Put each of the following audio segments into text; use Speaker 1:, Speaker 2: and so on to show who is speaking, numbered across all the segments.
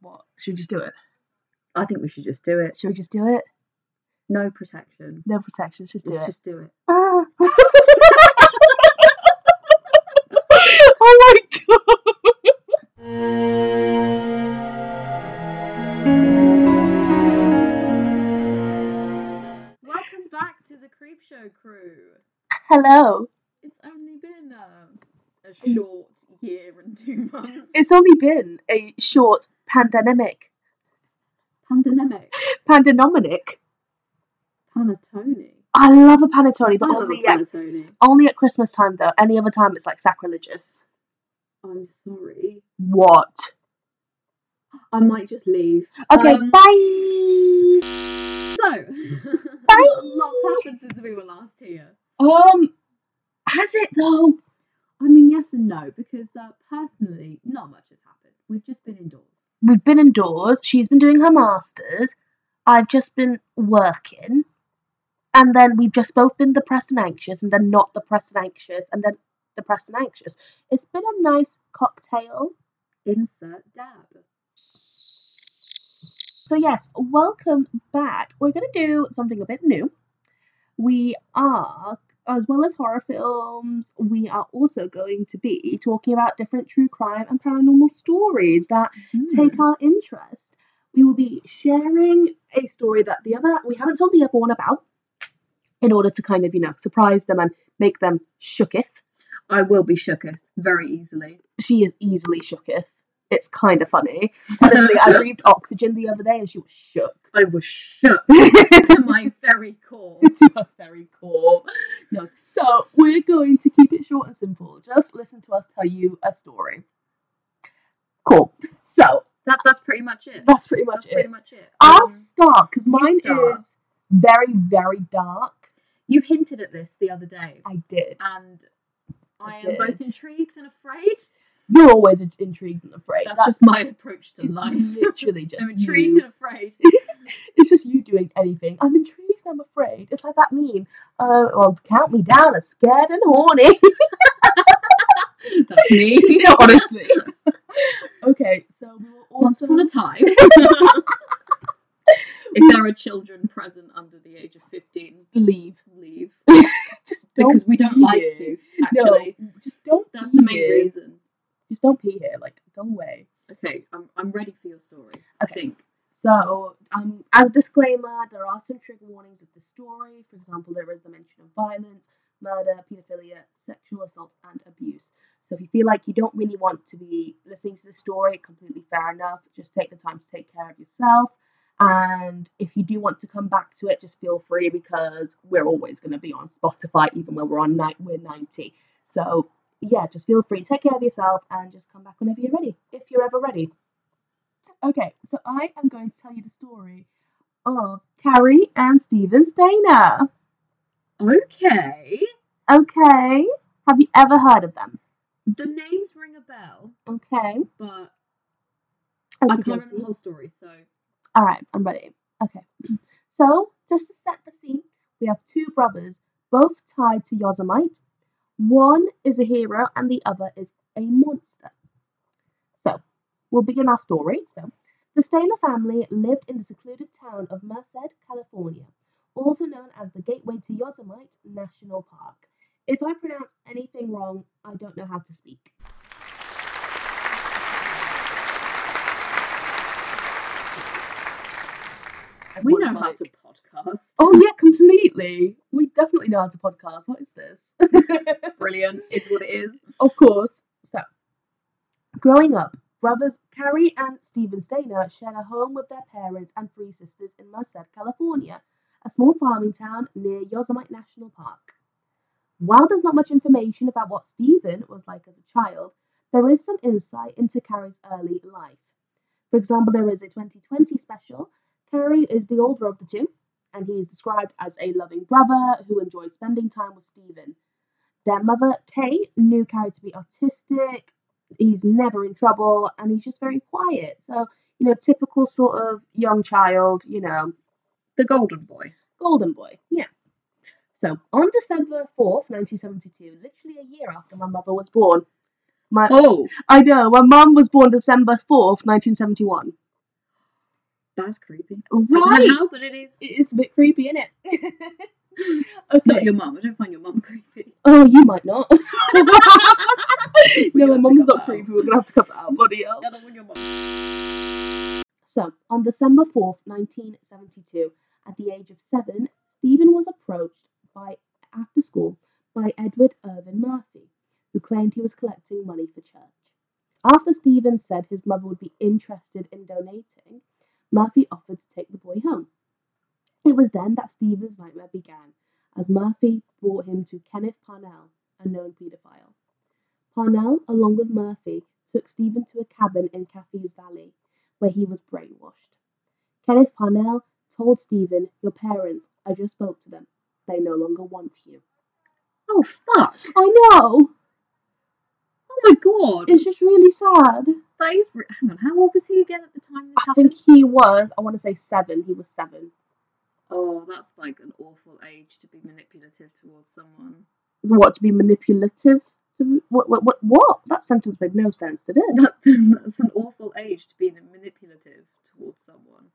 Speaker 1: What? Should we just do it?
Speaker 2: I think we should just do it.
Speaker 1: Should we just do it?
Speaker 2: No protection.
Speaker 1: No protection. Let's just do
Speaker 2: Let's
Speaker 1: it.
Speaker 2: just do it.
Speaker 1: oh Oh my god.
Speaker 2: Welcome back to the Creep Show crew.
Speaker 1: Hello.
Speaker 2: It's only been um, a short year and two months.
Speaker 1: It's only been a short pandemic.
Speaker 2: pandemic.
Speaker 1: Pandanomic.
Speaker 2: Panettone.
Speaker 1: I love a panettone, but
Speaker 2: I love a
Speaker 1: only at,
Speaker 2: panettone.
Speaker 1: only at Christmas time though. Any other time it's like sacrilegious.
Speaker 2: I'm sorry.
Speaker 1: What?
Speaker 2: I might just leave.
Speaker 1: Okay,
Speaker 2: Um,
Speaker 1: bye.
Speaker 2: So, lots happened since we were last here.
Speaker 1: Um has it though?
Speaker 2: I mean, yes and no, because uh, personally, not much has happened. We've just been indoors.
Speaker 1: We've been indoors, she's been doing her masters, I've just been working, and then we've just both been depressed and anxious, and then not depressed and anxious, and then depressed and anxious. It's been a nice cocktail.
Speaker 2: Insert dab.
Speaker 1: So, yes, welcome back. We're going to do something a bit new. We are, as well as horror films, we are also going to be talking about different true crime and paranormal stories that
Speaker 2: Hmm.
Speaker 1: take our interest. We will be sharing a story that the other, we haven't told the other one about in order to kind of, you know, surprise them and make them shooketh.
Speaker 2: I will be shooketh very easily.
Speaker 1: She is easily shooketh. It's kind of funny. Honestly, I breathed oxygen the other day and she was shook.
Speaker 2: I was shook to my very core.
Speaker 1: to her very core. No. So we're going to keep it short and simple. Just listen to us tell you a story. Cool. So
Speaker 2: That, that's pretty much it.
Speaker 1: that's pretty much
Speaker 2: That's
Speaker 1: it.
Speaker 2: pretty much it.
Speaker 1: I'll
Speaker 2: Um,
Speaker 1: start because
Speaker 2: you
Speaker 1: mine
Speaker 2: start.
Speaker 1: is very, very dark.
Speaker 2: you hinted at this the other day,
Speaker 1: I did.
Speaker 2: and I
Speaker 1: I
Speaker 2: am both
Speaker 1: did.
Speaker 2: intrigued and afraid.
Speaker 1: You're always in- intrigued and afraid.
Speaker 2: That's, just my approach to
Speaker 1: it's
Speaker 2: life.
Speaker 1: Literally just
Speaker 2: I'm
Speaker 1: you.
Speaker 2: intrigued and afraid.
Speaker 1: It's just you doing anything. I'm intrigued. I'm afraid. It's like that meme. Uh, well, count me down as scared and horny.
Speaker 2: That's me.
Speaker 1: honestly. okay, so we will
Speaker 2: Once
Speaker 1: also.
Speaker 2: upon a time. if there are children present under the age of 15,
Speaker 1: leave.
Speaker 2: leave.
Speaker 1: Just don't
Speaker 2: Because we don't
Speaker 1: pee
Speaker 2: like
Speaker 1: here.
Speaker 2: you,
Speaker 1: No,
Speaker 2: actually.
Speaker 1: just don't.
Speaker 2: That's
Speaker 1: pee
Speaker 2: the main
Speaker 1: here.
Speaker 2: reason.
Speaker 1: Just don't pee here. Like, go away.
Speaker 2: Okay, I'm, I'm ready for your story. I
Speaker 1: Okay.
Speaker 2: think.
Speaker 1: So, um, as a disclaimer, there are some trigger warnings with the story. For example, there is the mention of violence, murder, paedophilia, sexual assault, and abuse. So, if you feel like you don't really want to be listening to the story, completely fair enough. Just take the time to take care of yourself. And if you do want to come back to it, just feel free because we're always going to be on Spotify, even when we're on night we're ninety. So yeah, just feel free, take care of yourself, and just come back whenever you're ready, if you're ever ready. Okay, so I am going to tell you the story of Carrie and Steven Stainer.
Speaker 2: Okay.
Speaker 1: Okay, have you ever heard of them?
Speaker 2: The names ring a bell,
Speaker 1: Okay,
Speaker 2: but I
Speaker 1: Okey
Speaker 2: can't remember
Speaker 1: dokey.
Speaker 2: the whole story, so.
Speaker 1: All right, I'm ready. Okay. So, just to set the scene, we have two brothers, both tied to Yosemite. One is a hero and the other is a monster. So, we'll begin our story. So, the Stainer family lived in the secluded town of Merced, California, also known as the gateway to Yosemite National Park. If I pronounce anything wrong, I don't know how to speak.
Speaker 2: We know how to podcast.
Speaker 1: Oh yeah, completely. We definitely know how to podcast. What is this?
Speaker 2: Brilliant. It's what it is.
Speaker 1: of course. So, growing up, brothers Carrie and Steven Stainer shared a home with their parents and three sisters in Merced, California, a small farming town near Yosemite National Park. While there's not much information about what Stephen was like as a child, there is some insight into Carrie's early life. For example, there is a 2020 special. Carrie is the older of the two, and he is described as a loving brother who enjoyed spending time with Stephen. Their mother, Kay, knew Carrie to be autistic. He's never in trouble, and he's just very quiet. So, you know, typical sort of young child, you know,
Speaker 2: The Golden Boy.
Speaker 1: Golden Boy. Yeah. So on December 4th, 1972, literally a year after my mother was born, my
Speaker 2: Oh,
Speaker 1: I know my mum was born December 4th, 1971.
Speaker 2: That's creepy. I don't
Speaker 1: Right.
Speaker 2: know how, but it is.
Speaker 1: It's a bit creepy, isn't it?
Speaker 2: Not
Speaker 1: okay.
Speaker 2: your mum. I don't find your mum creepy.
Speaker 1: Oh, you might not.
Speaker 2: We're
Speaker 1: no, my
Speaker 2: gonna have to
Speaker 1: mum's
Speaker 2: cut
Speaker 1: not
Speaker 2: that out.
Speaker 1: creepy. We're gonna have to cut that out, bloody hell.
Speaker 2: I don't want your mum.
Speaker 1: So, on December 4th, 1972, at the age of seven, Stephen was approached by after school by Edward Irvin Murphy, who claimed he was collecting money for church. After Stephen said his mother would be interested in donating, Murphy offered to take the boy home. It was then that Stephen's nightmare began, as Murphy brought him to Kenneth Parnell, a known paedophile. Parnell, along with Murphy, took Stephen to a cabin in Caffey's Valley where he was brainwashed. Kenneth Parnell told Stephen, Your parents, I just spoke to them. They no longer want you.
Speaker 2: Oh fuck!
Speaker 1: I know!
Speaker 2: Oh my god!
Speaker 1: It's just really sad.
Speaker 2: That is. Re- Hang on. How old was he again at the time this
Speaker 1: I
Speaker 2: happened?
Speaker 1: think he was, I want to say seven. He was seven.
Speaker 2: Oh, that's like an awful age to be manipulative towards someone.
Speaker 1: What, to be manipulative? To, what, what, what, what? That sentence made no sense, did it?
Speaker 2: That, that's an awful age to be manipulative towards someone.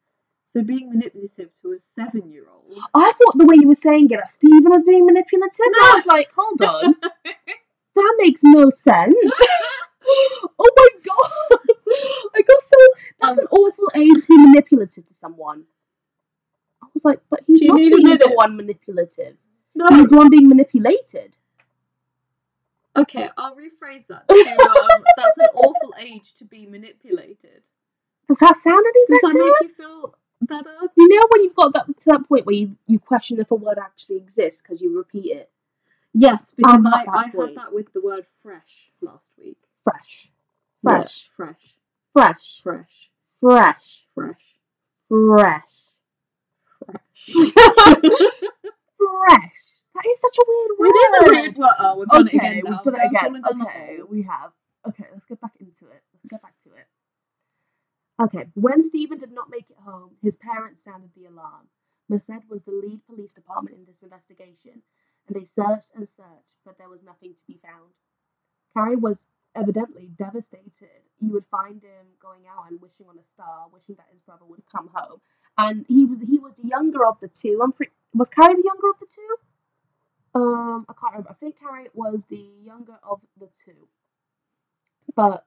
Speaker 2: So being manipulative to a seven-year-old.
Speaker 1: I thought the way you were saying it, that Stephen was being manipulative. I was like, hold on. that makes no sense. oh my god! I got so. That's an awful age to be manipulative to someone. I was like, but he's
Speaker 2: She
Speaker 1: not
Speaker 2: needed
Speaker 1: being the
Speaker 2: it.
Speaker 1: one manipulative.
Speaker 2: no.
Speaker 1: He's the one being manipulated.
Speaker 2: Okay, I'll rephrase that. To, um, that's an awful age to be manipulated.
Speaker 1: Does that sound any
Speaker 2: Does
Speaker 1: better?
Speaker 2: that make you feel better?
Speaker 1: you know when you've got that to that point where you, you question if a word actually exists because you repeat it
Speaker 2: Yes, because
Speaker 1: I'm at
Speaker 2: I,
Speaker 1: that
Speaker 2: I had
Speaker 1: point.
Speaker 2: that with the word fresh last week.
Speaker 1: fresh, fresh,
Speaker 2: Yeah, fresh,
Speaker 1: fresh, fresh,
Speaker 2: fresh, fresh,
Speaker 1: fresh,
Speaker 2: fresh.
Speaker 1: fresh. That is such a weird word.
Speaker 2: it is a weird word. Oh, we've done
Speaker 1: okay,
Speaker 2: it again now.
Speaker 1: We've done it
Speaker 2: We're
Speaker 1: again.
Speaker 2: falling down the
Speaker 1: Okay,
Speaker 2: hole.
Speaker 1: we have. Okay, let's get back into it. Let's get back to it. Okay, when Stephen did not make it home, his parents sounded the alarm. Merced was the lead police department in this investigation, and they searched and searched, but there was nothing to be found. Carrie was evidently devastated. You would find him going out and wishing on a star, wishing that his brother would come home. And he was he was the younger of the two. I'm pre- was Carrie the younger of the two? Um, I can't remember. I think Carrie was the younger of the two. But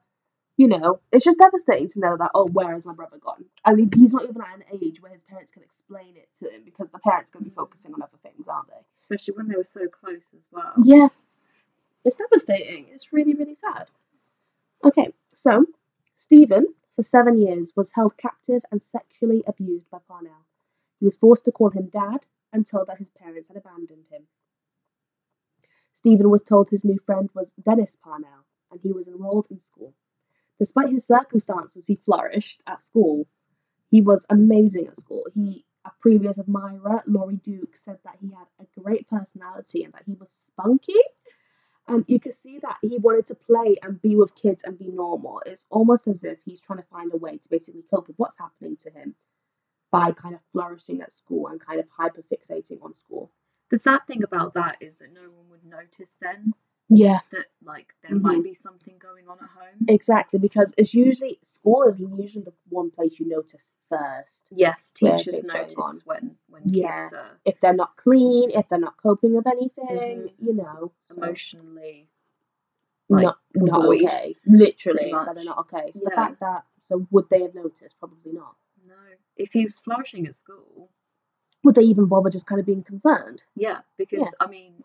Speaker 1: you know, it's just devastating to know that oh, where has my brother gone? And he- he's not even at an age where his parents can explain it to him because the parents going to be focusing on other things, aren't they?
Speaker 2: Especially when they were so close as well.
Speaker 1: Yeah, it's devastating. It's really really sad. Okay, so Stephen for seven years was held captive and sexually abused by Parnell. He was forced to call him dad and told that his parents had abandoned him. Stephen was told his new friend was Dennis Parnell, and he was enrolled in school. Despite his circumstances, he flourished at school. He was amazing at school. He, a previous admirer, Laurie Duke, said that he had a great personality and that he was spunky. And you could see that he wanted to play and be with kids and be normal. It's almost as if he's trying to find a way to basically cope with what's happening to him by kind of flourishing at school and kind of hyperfixating on school.
Speaker 2: The sad thing about that is that no one would notice then
Speaker 1: Yeah,
Speaker 2: that like there
Speaker 1: Mm-hmm.
Speaker 2: might be something going on at home.
Speaker 1: exactly. Because it's usually school is usually the one place you notice first.
Speaker 2: yes,
Speaker 1: Yeah,
Speaker 2: teachers
Speaker 1: things going on.
Speaker 2: notice when when
Speaker 1: Yeah.
Speaker 2: kids are
Speaker 1: If they're not clean, if they're not coping with anything,
Speaker 2: Mhm.
Speaker 1: you know, so
Speaker 2: emotionally like,
Speaker 1: not, not
Speaker 2: void,
Speaker 1: okay. Literally,
Speaker 2: pretty
Speaker 1: that they're
Speaker 2: much.
Speaker 1: not okay. So the
Speaker 2: Yeah.
Speaker 1: fact that, so would they have noticed? Probably not.
Speaker 2: no. If he was flourishing at school,
Speaker 1: Would they even bother just kind of being concerned?
Speaker 2: yeah, because I mean,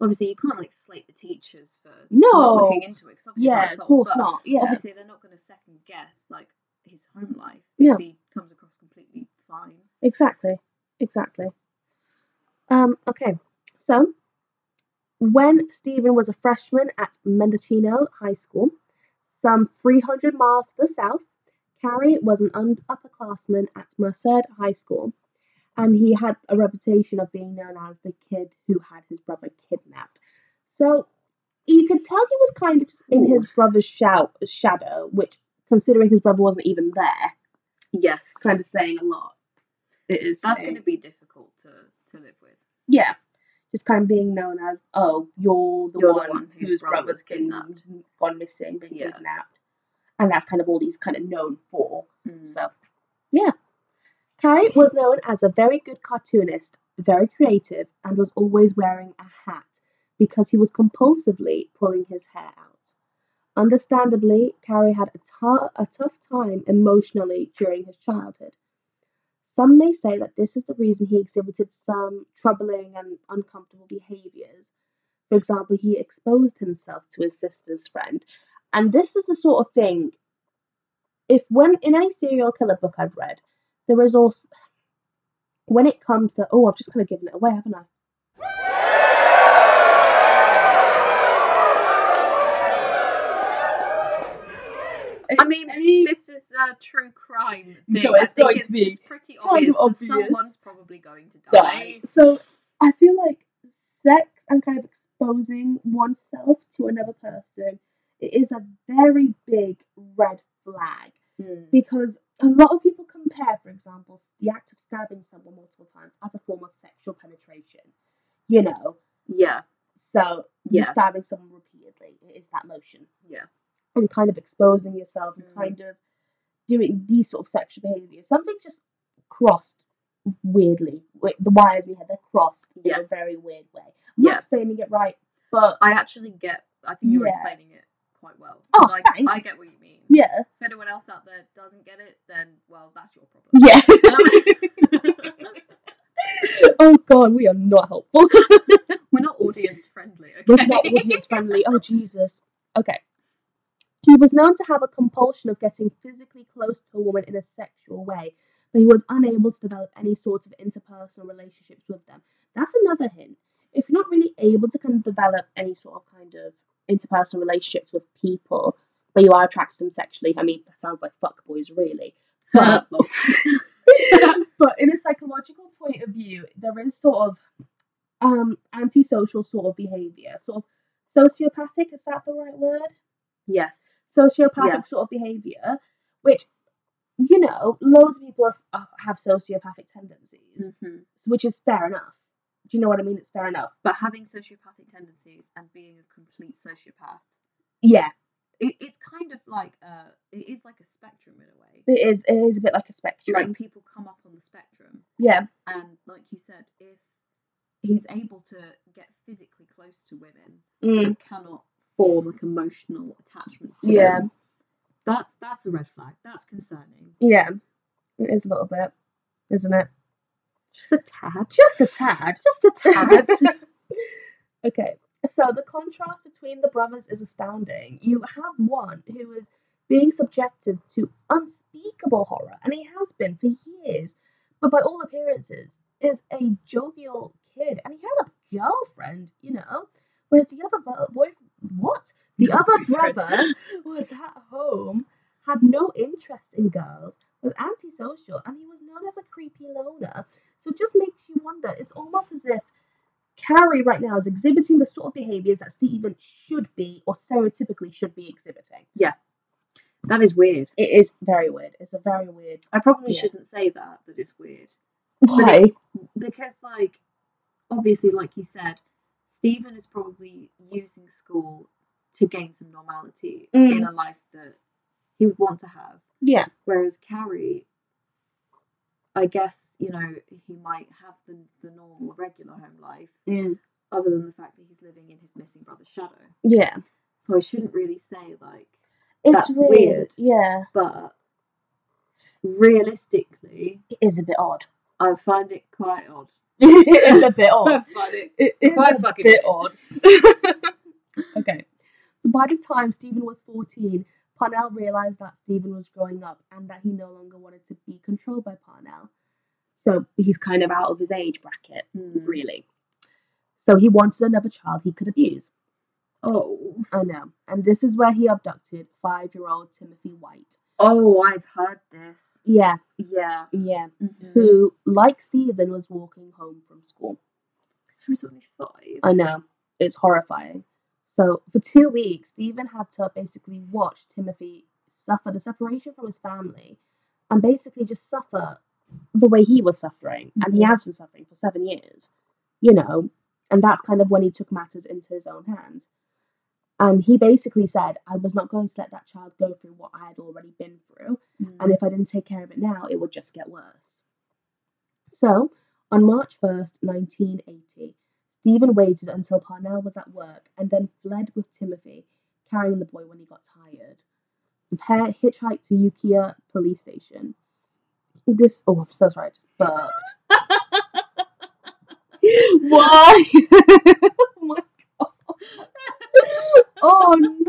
Speaker 2: obviously you can't like slate the teachers for
Speaker 1: No.
Speaker 2: not looking into it. 'cause obviously it's
Speaker 1: Yeah,
Speaker 2: their
Speaker 1: of
Speaker 2: fault,
Speaker 1: course
Speaker 2: but
Speaker 1: not. Yeah. Mm-hmm.
Speaker 2: Obviously they're not going to second guess like his home life
Speaker 1: Yeah.
Speaker 2: if he comes across completely fine.
Speaker 1: Exactly. Exactly. Um, okay. So when Stephen was a freshman at Mendocino High School, some 300 miles to the south, Carrie was an un- upperclassman at Merced High School, and he had a reputation of being known as the kid who had his brother kidnapped. So you could tell he was kind of in his brother's shou- shadow, which, considering his brother wasn't even there,
Speaker 2: Yes,
Speaker 1: kind of saying a lot. It is.
Speaker 2: that's
Speaker 1: saying-
Speaker 2: going to be difficult to to live with.
Speaker 1: yeah, just kind of being known as oh, you're the,
Speaker 2: You're the
Speaker 1: one,
Speaker 2: one whose
Speaker 1: whose
Speaker 2: brother
Speaker 1: brother's
Speaker 2: was
Speaker 1: been
Speaker 2: kidnapped.
Speaker 1: gone missing, been
Speaker 2: Yeah.
Speaker 1: kidnapped, and that's kind of all he's kind of known for.
Speaker 2: Mm.
Speaker 1: So Carrie was known as a very good cartoonist, very creative, and was always wearing a hat because he was compulsively pulling his hair out. Understandably, Carrie had a, tou- a tough time emotionally during his childhood. Some may say that this is the reason he exhibited some troubling and uncomfortable behaviours. For example, he exposed himself to his sister's friend. And this is the sort of thing, if when in any serial killer book I've read, the resource when it comes to oh i've just kind of given it away haven't i
Speaker 2: I mean,
Speaker 1: Any-
Speaker 2: this is a true crime thing.
Speaker 1: So
Speaker 2: I
Speaker 1: it's
Speaker 2: think
Speaker 1: going to
Speaker 2: it's,
Speaker 1: be
Speaker 2: it's pretty
Speaker 1: kind
Speaker 2: obvious,
Speaker 1: of
Speaker 2: that
Speaker 1: obvious.
Speaker 2: someone's probably going to die.
Speaker 1: die. so i feel like sex and kind of exposing oneself to another person it is a very big red flag because a lot of people compare, for example, the act of stabbing someone multiple times as a form of sexual penetration. You know,
Speaker 2: Yeah,
Speaker 1: so
Speaker 2: Yeah.
Speaker 1: you're stabbing someone repeatedly. It is that motion.
Speaker 2: yeah.
Speaker 1: and kind of exposing yourself and
Speaker 2: Mm.
Speaker 1: kind of doing these sort of sexual behaviours. Something just crossed weirdly. Like, The wires in your head, they're crossed in a
Speaker 2: Yes.
Speaker 1: very weird way. I'm
Speaker 2: Yeah.
Speaker 1: not saying you get right, but
Speaker 2: I actually get. I think you're
Speaker 1: Yeah.
Speaker 2: explaining it quite well.
Speaker 1: Oh,
Speaker 2: 'Cause I, I
Speaker 1: thanks.
Speaker 2: get what you mean.
Speaker 1: yeah.
Speaker 2: If anyone else out there doesn't get it, then well, that's your problem. Um,
Speaker 1: Yeah. oh god, we are not helpful.
Speaker 2: We're not audience friendly.
Speaker 1: We're
Speaker 2: Okay.
Speaker 1: not audience friendly. Oh Jesus. Okay. He was known to have a compulsion of getting physically close to a woman in a sexual way, but he was unable to develop any sort of interpersonal relationships with them. That's another hint. If you're not really able to kind of develop any sort of kind of interpersonal relationships with people, but you are attracted to them sexually, I mean, that sounds like fuckboys, really.
Speaker 2: Uh,
Speaker 1: But, but in a psychological point of view, there is sort of um, antisocial sort of behaviour, sort of sociopathic, is that the right word?
Speaker 2: yes.
Speaker 1: sociopathic
Speaker 2: Yeah.
Speaker 1: sort of behavior, which you know, loads of people are, are- have sociopathic tendencies,
Speaker 2: Mm.
Speaker 1: Mm-hmm. which is fair enough. Do you know what I mean? It's fair enough.
Speaker 2: But having sociopathic tendencies and being a complete sociopath,
Speaker 1: Yeah,
Speaker 2: it, it's kind of like a. It is like a spectrum in a way.
Speaker 1: it is. It is a bit like a spectrum.
Speaker 2: Like people come up on the spectrum,
Speaker 1: yeah,
Speaker 2: and like you said, if he's able to get physically close to women
Speaker 1: Mm.
Speaker 2: and cannot form like emotional attachments to
Speaker 1: Yeah.
Speaker 2: them, that's that's a red flag. That's concerning.
Speaker 1: yeah. It is a little bit, isn't it?
Speaker 2: Just a tad.
Speaker 1: Just a tad.
Speaker 2: Just a tad.
Speaker 1: Okay, so the contrast between the brothers is astounding. You have one who is being subjected to unspeakable horror, and he has been for years, but by all appearances is a jovial kid, and he has a girlfriend, you know. Whereas the other bo- boy, what? The other
Speaker 2: Boyfriend.
Speaker 1: brother was at home, had no interest in girls, was antisocial, and he was known as a creepy loner. So it just makes you wonder. It's almost as if Carrie right now is exhibiting the sort of behaviors that Stephen should be or stereotypically should be exhibiting.
Speaker 2: that is weird.
Speaker 1: It is very weird. It's a very weird.
Speaker 2: I probably
Speaker 1: Yeah.
Speaker 2: shouldn't say that. That it's weird.
Speaker 1: Why?
Speaker 2: because like obviously like you said stephen is probably using school to gain some normality
Speaker 1: Mm.
Speaker 2: in a life that he would want to have
Speaker 1: Yeah.
Speaker 2: whereas carrie i guess you know he might have the, the normal regular home life
Speaker 1: Mm.
Speaker 2: other than the fact that he's living in his missing brother's shadow
Speaker 1: Yeah.
Speaker 2: so i shouldn't really say like
Speaker 1: It's
Speaker 2: That's
Speaker 1: weird.
Speaker 2: weird.
Speaker 1: Yeah.
Speaker 2: but realistically
Speaker 1: It is a bit odd.
Speaker 2: i find it quite odd
Speaker 1: it is a bit
Speaker 2: i
Speaker 1: odd.
Speaker 2: find it
Speaker 1: It is
Speaker 2: quite
Speaker 1: Oh. a
Speaker 2: fucking
Speaker 1: bit
Speaker 2: weird.
Speaker 1: odd. okay. So by the time Stephen was 14, Parnell realised that Stephen was growing up and that he no longer wanted to be controlled by Parnell. So he's kind of out of his age bracket,
Speaker 2: Mm.
Speaker 1: really. So he wanted another child he could abuse.
Speaker 2: oh
Speaker 1: I know. And this is where he abducted five year old Timothy White.
Speaker 2: Oh, I've heard this.
Speaker 1: Yeah,
Speaker 2: Yeah.
Speaker 1: yeah.
Speaker 2: Who
Speaker 1: Who, like Stephen, was walking home from school.
Speaker 2: was only five?
Speaker 1: I know. It's horrifying. So, for two weeks, Stephen had to basically watch Timothy suffer the separation from his family and basically just suffer the way he was suffering. And he
Speaker 2: Mhm.
Speaker 1: has been suffering for seven years, you know. And that's kind of when he took matters into his own hands. And he basically said, I was not going to let that child go through what I had already been through.
Speaker 2: Mm.
Speaker 1: And if I didn't take care of it now, it would just get worse. So, on March 1st, 1980, Stephen waited until Parnell was at work and then fled with Timothy, carrying the boy when he got tired. The pair hitchhiked to Ukiah police station. This, oh, I'm so sorry, I just burped. Why? oh my god. Oh no.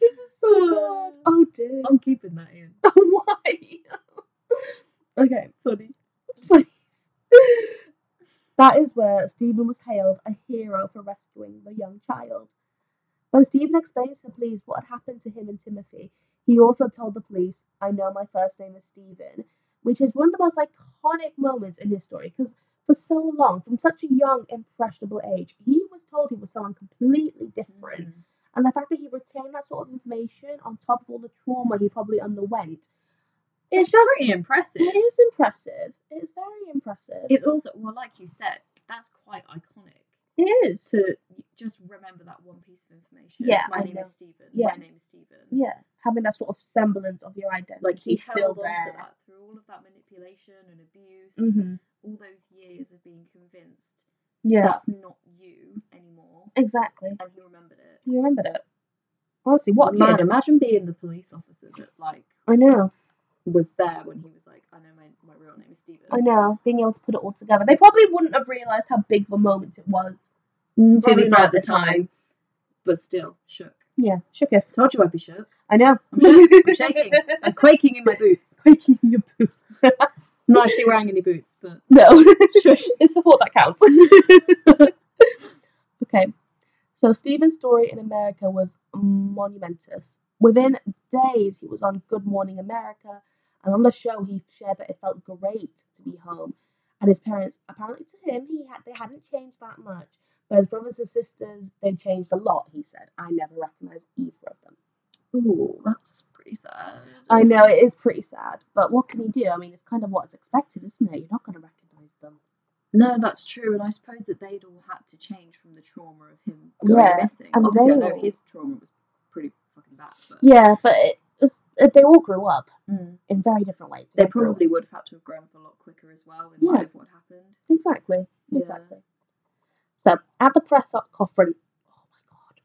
Speaker 1: This is so bad. Oh dear.
Speaker 2: I'm keeping that in.
Speaker 1: Why? okay,
Speaker 2: Funny.
Speaker 1: that is where Stephen was hailed a hero for rescuing the young child. When Stephen explained to the police what had happened to him and Timothy, he also told the police, I know my first name is Stephen, which is one of the most iconic moments in his story because for so long, from such a young, impressionable age, he was told he was someone completely different.
Speaker 2: Mm.
Speaker 1: And the fact that he retained that sort of information on top of all the trauma he probably underwent, it's just
Speaker 2: Pretty impressive.
Speaker 1: it is impressive. It is very impressive.
Speaker 2: It's also well, like you said, that's quite iconic
Speaker 1: it is.
Speaker 2: to just remember that one piece of information.
Speaker 1: Yeah,
Speaker 2: my
Speaker 1: I
Speaker 2: name
Speaker 1: know.
Speaker 2: is Stephen.
Speaker 1: Yeah.
Speaker 2: My name is Stephen.
Speaker 1: Yeah, having that sort of semblance of your identity
Speaker 2: Like he
Speaker 1: still
Speaker 2: held on to
Speaker 1: there.
Speaker 2: that through all of that manipulation and abuse,
Speaker 1: Mm-hmm.
Speaker 2: all those years of being convinced
Speaker 1: Yeah,
Speaker 2: that's not you anymore,
Speaker 1: exactly.
Speaker 2: and he remembered it.
Speaker 1: You remembered it. Honestly, what a
Speaker 2: man?
Speaker 1: kid.
Speaker 2: Imagine being the police officer that like
Speaker 1: I know,
Speaker 2: was there when he was like, I know my, my real name is Stephen.
Speaker 1: I know. Being able to put it all together, they probably wouldn't have realized how big of a moment it was.
Speaker 2: know.
Speaker 1: Probably
Speaker 2: Probably
Speaker 1: not
Speaker 2: not
Speaker 1: at
Speaker 2: at the
Speaker 1: the time.
Speaker 2: time, but still shook.
Speaker 1: Yeah, shook if.
Speaker 2: Told you I'd be shook.
Speaker 1: I know.
Speaker 2: I'm shaking. I'm shaking. I'm quaking in my boots.
Speaker 1: Quaking your boots.
Speaker 2: I'm not actually wearing any boots, but
Speaker 1: No, it's the thought that counts. okay, so Stephen's story in America was monumentous. Within days, he was on Good Morning America, and on the show, he shared that it felt great to be home. And his parents, apparently to him, he had they hadn't changed that much, but his brothers and sisters they changed a lot. He said, "I never recognized either of them."
Speaker 2: ooh, that's pretty sad.
Speaker 1: I know it is pretty sad, but what can you do? I mean, it's kind of what's expected, isn't it? You're not going to recognize them.
Speaker 2: No, that's true, and I suppose that they'd all had to change from the trauma of him going
Speaker 1: Yeah,
Speaker 2: missing.
Speaker 1: and
Speaker 2: Obviously, I
Speaker 1: they
Speaker 2: know
Speaker 1: all-
Speaker 2: his trauma was pretty fucking bad, but
Speaker 1: Yeah, but it, it's, it, they all grew up
Speaker 2: Mm.
Speaker 1: in very different ways.
Speaker 2: they
Speaker 1: They grew-
Speaker 2: probably would have had to have grown up a lot quicker as well in
Speaker 1: Yeah.
Speaker 2: light of what happened.
Speaker 1: exactly,
Speaker 2: Yeah.
Speaker 1: exactly. So at the press o- conference, oh my god,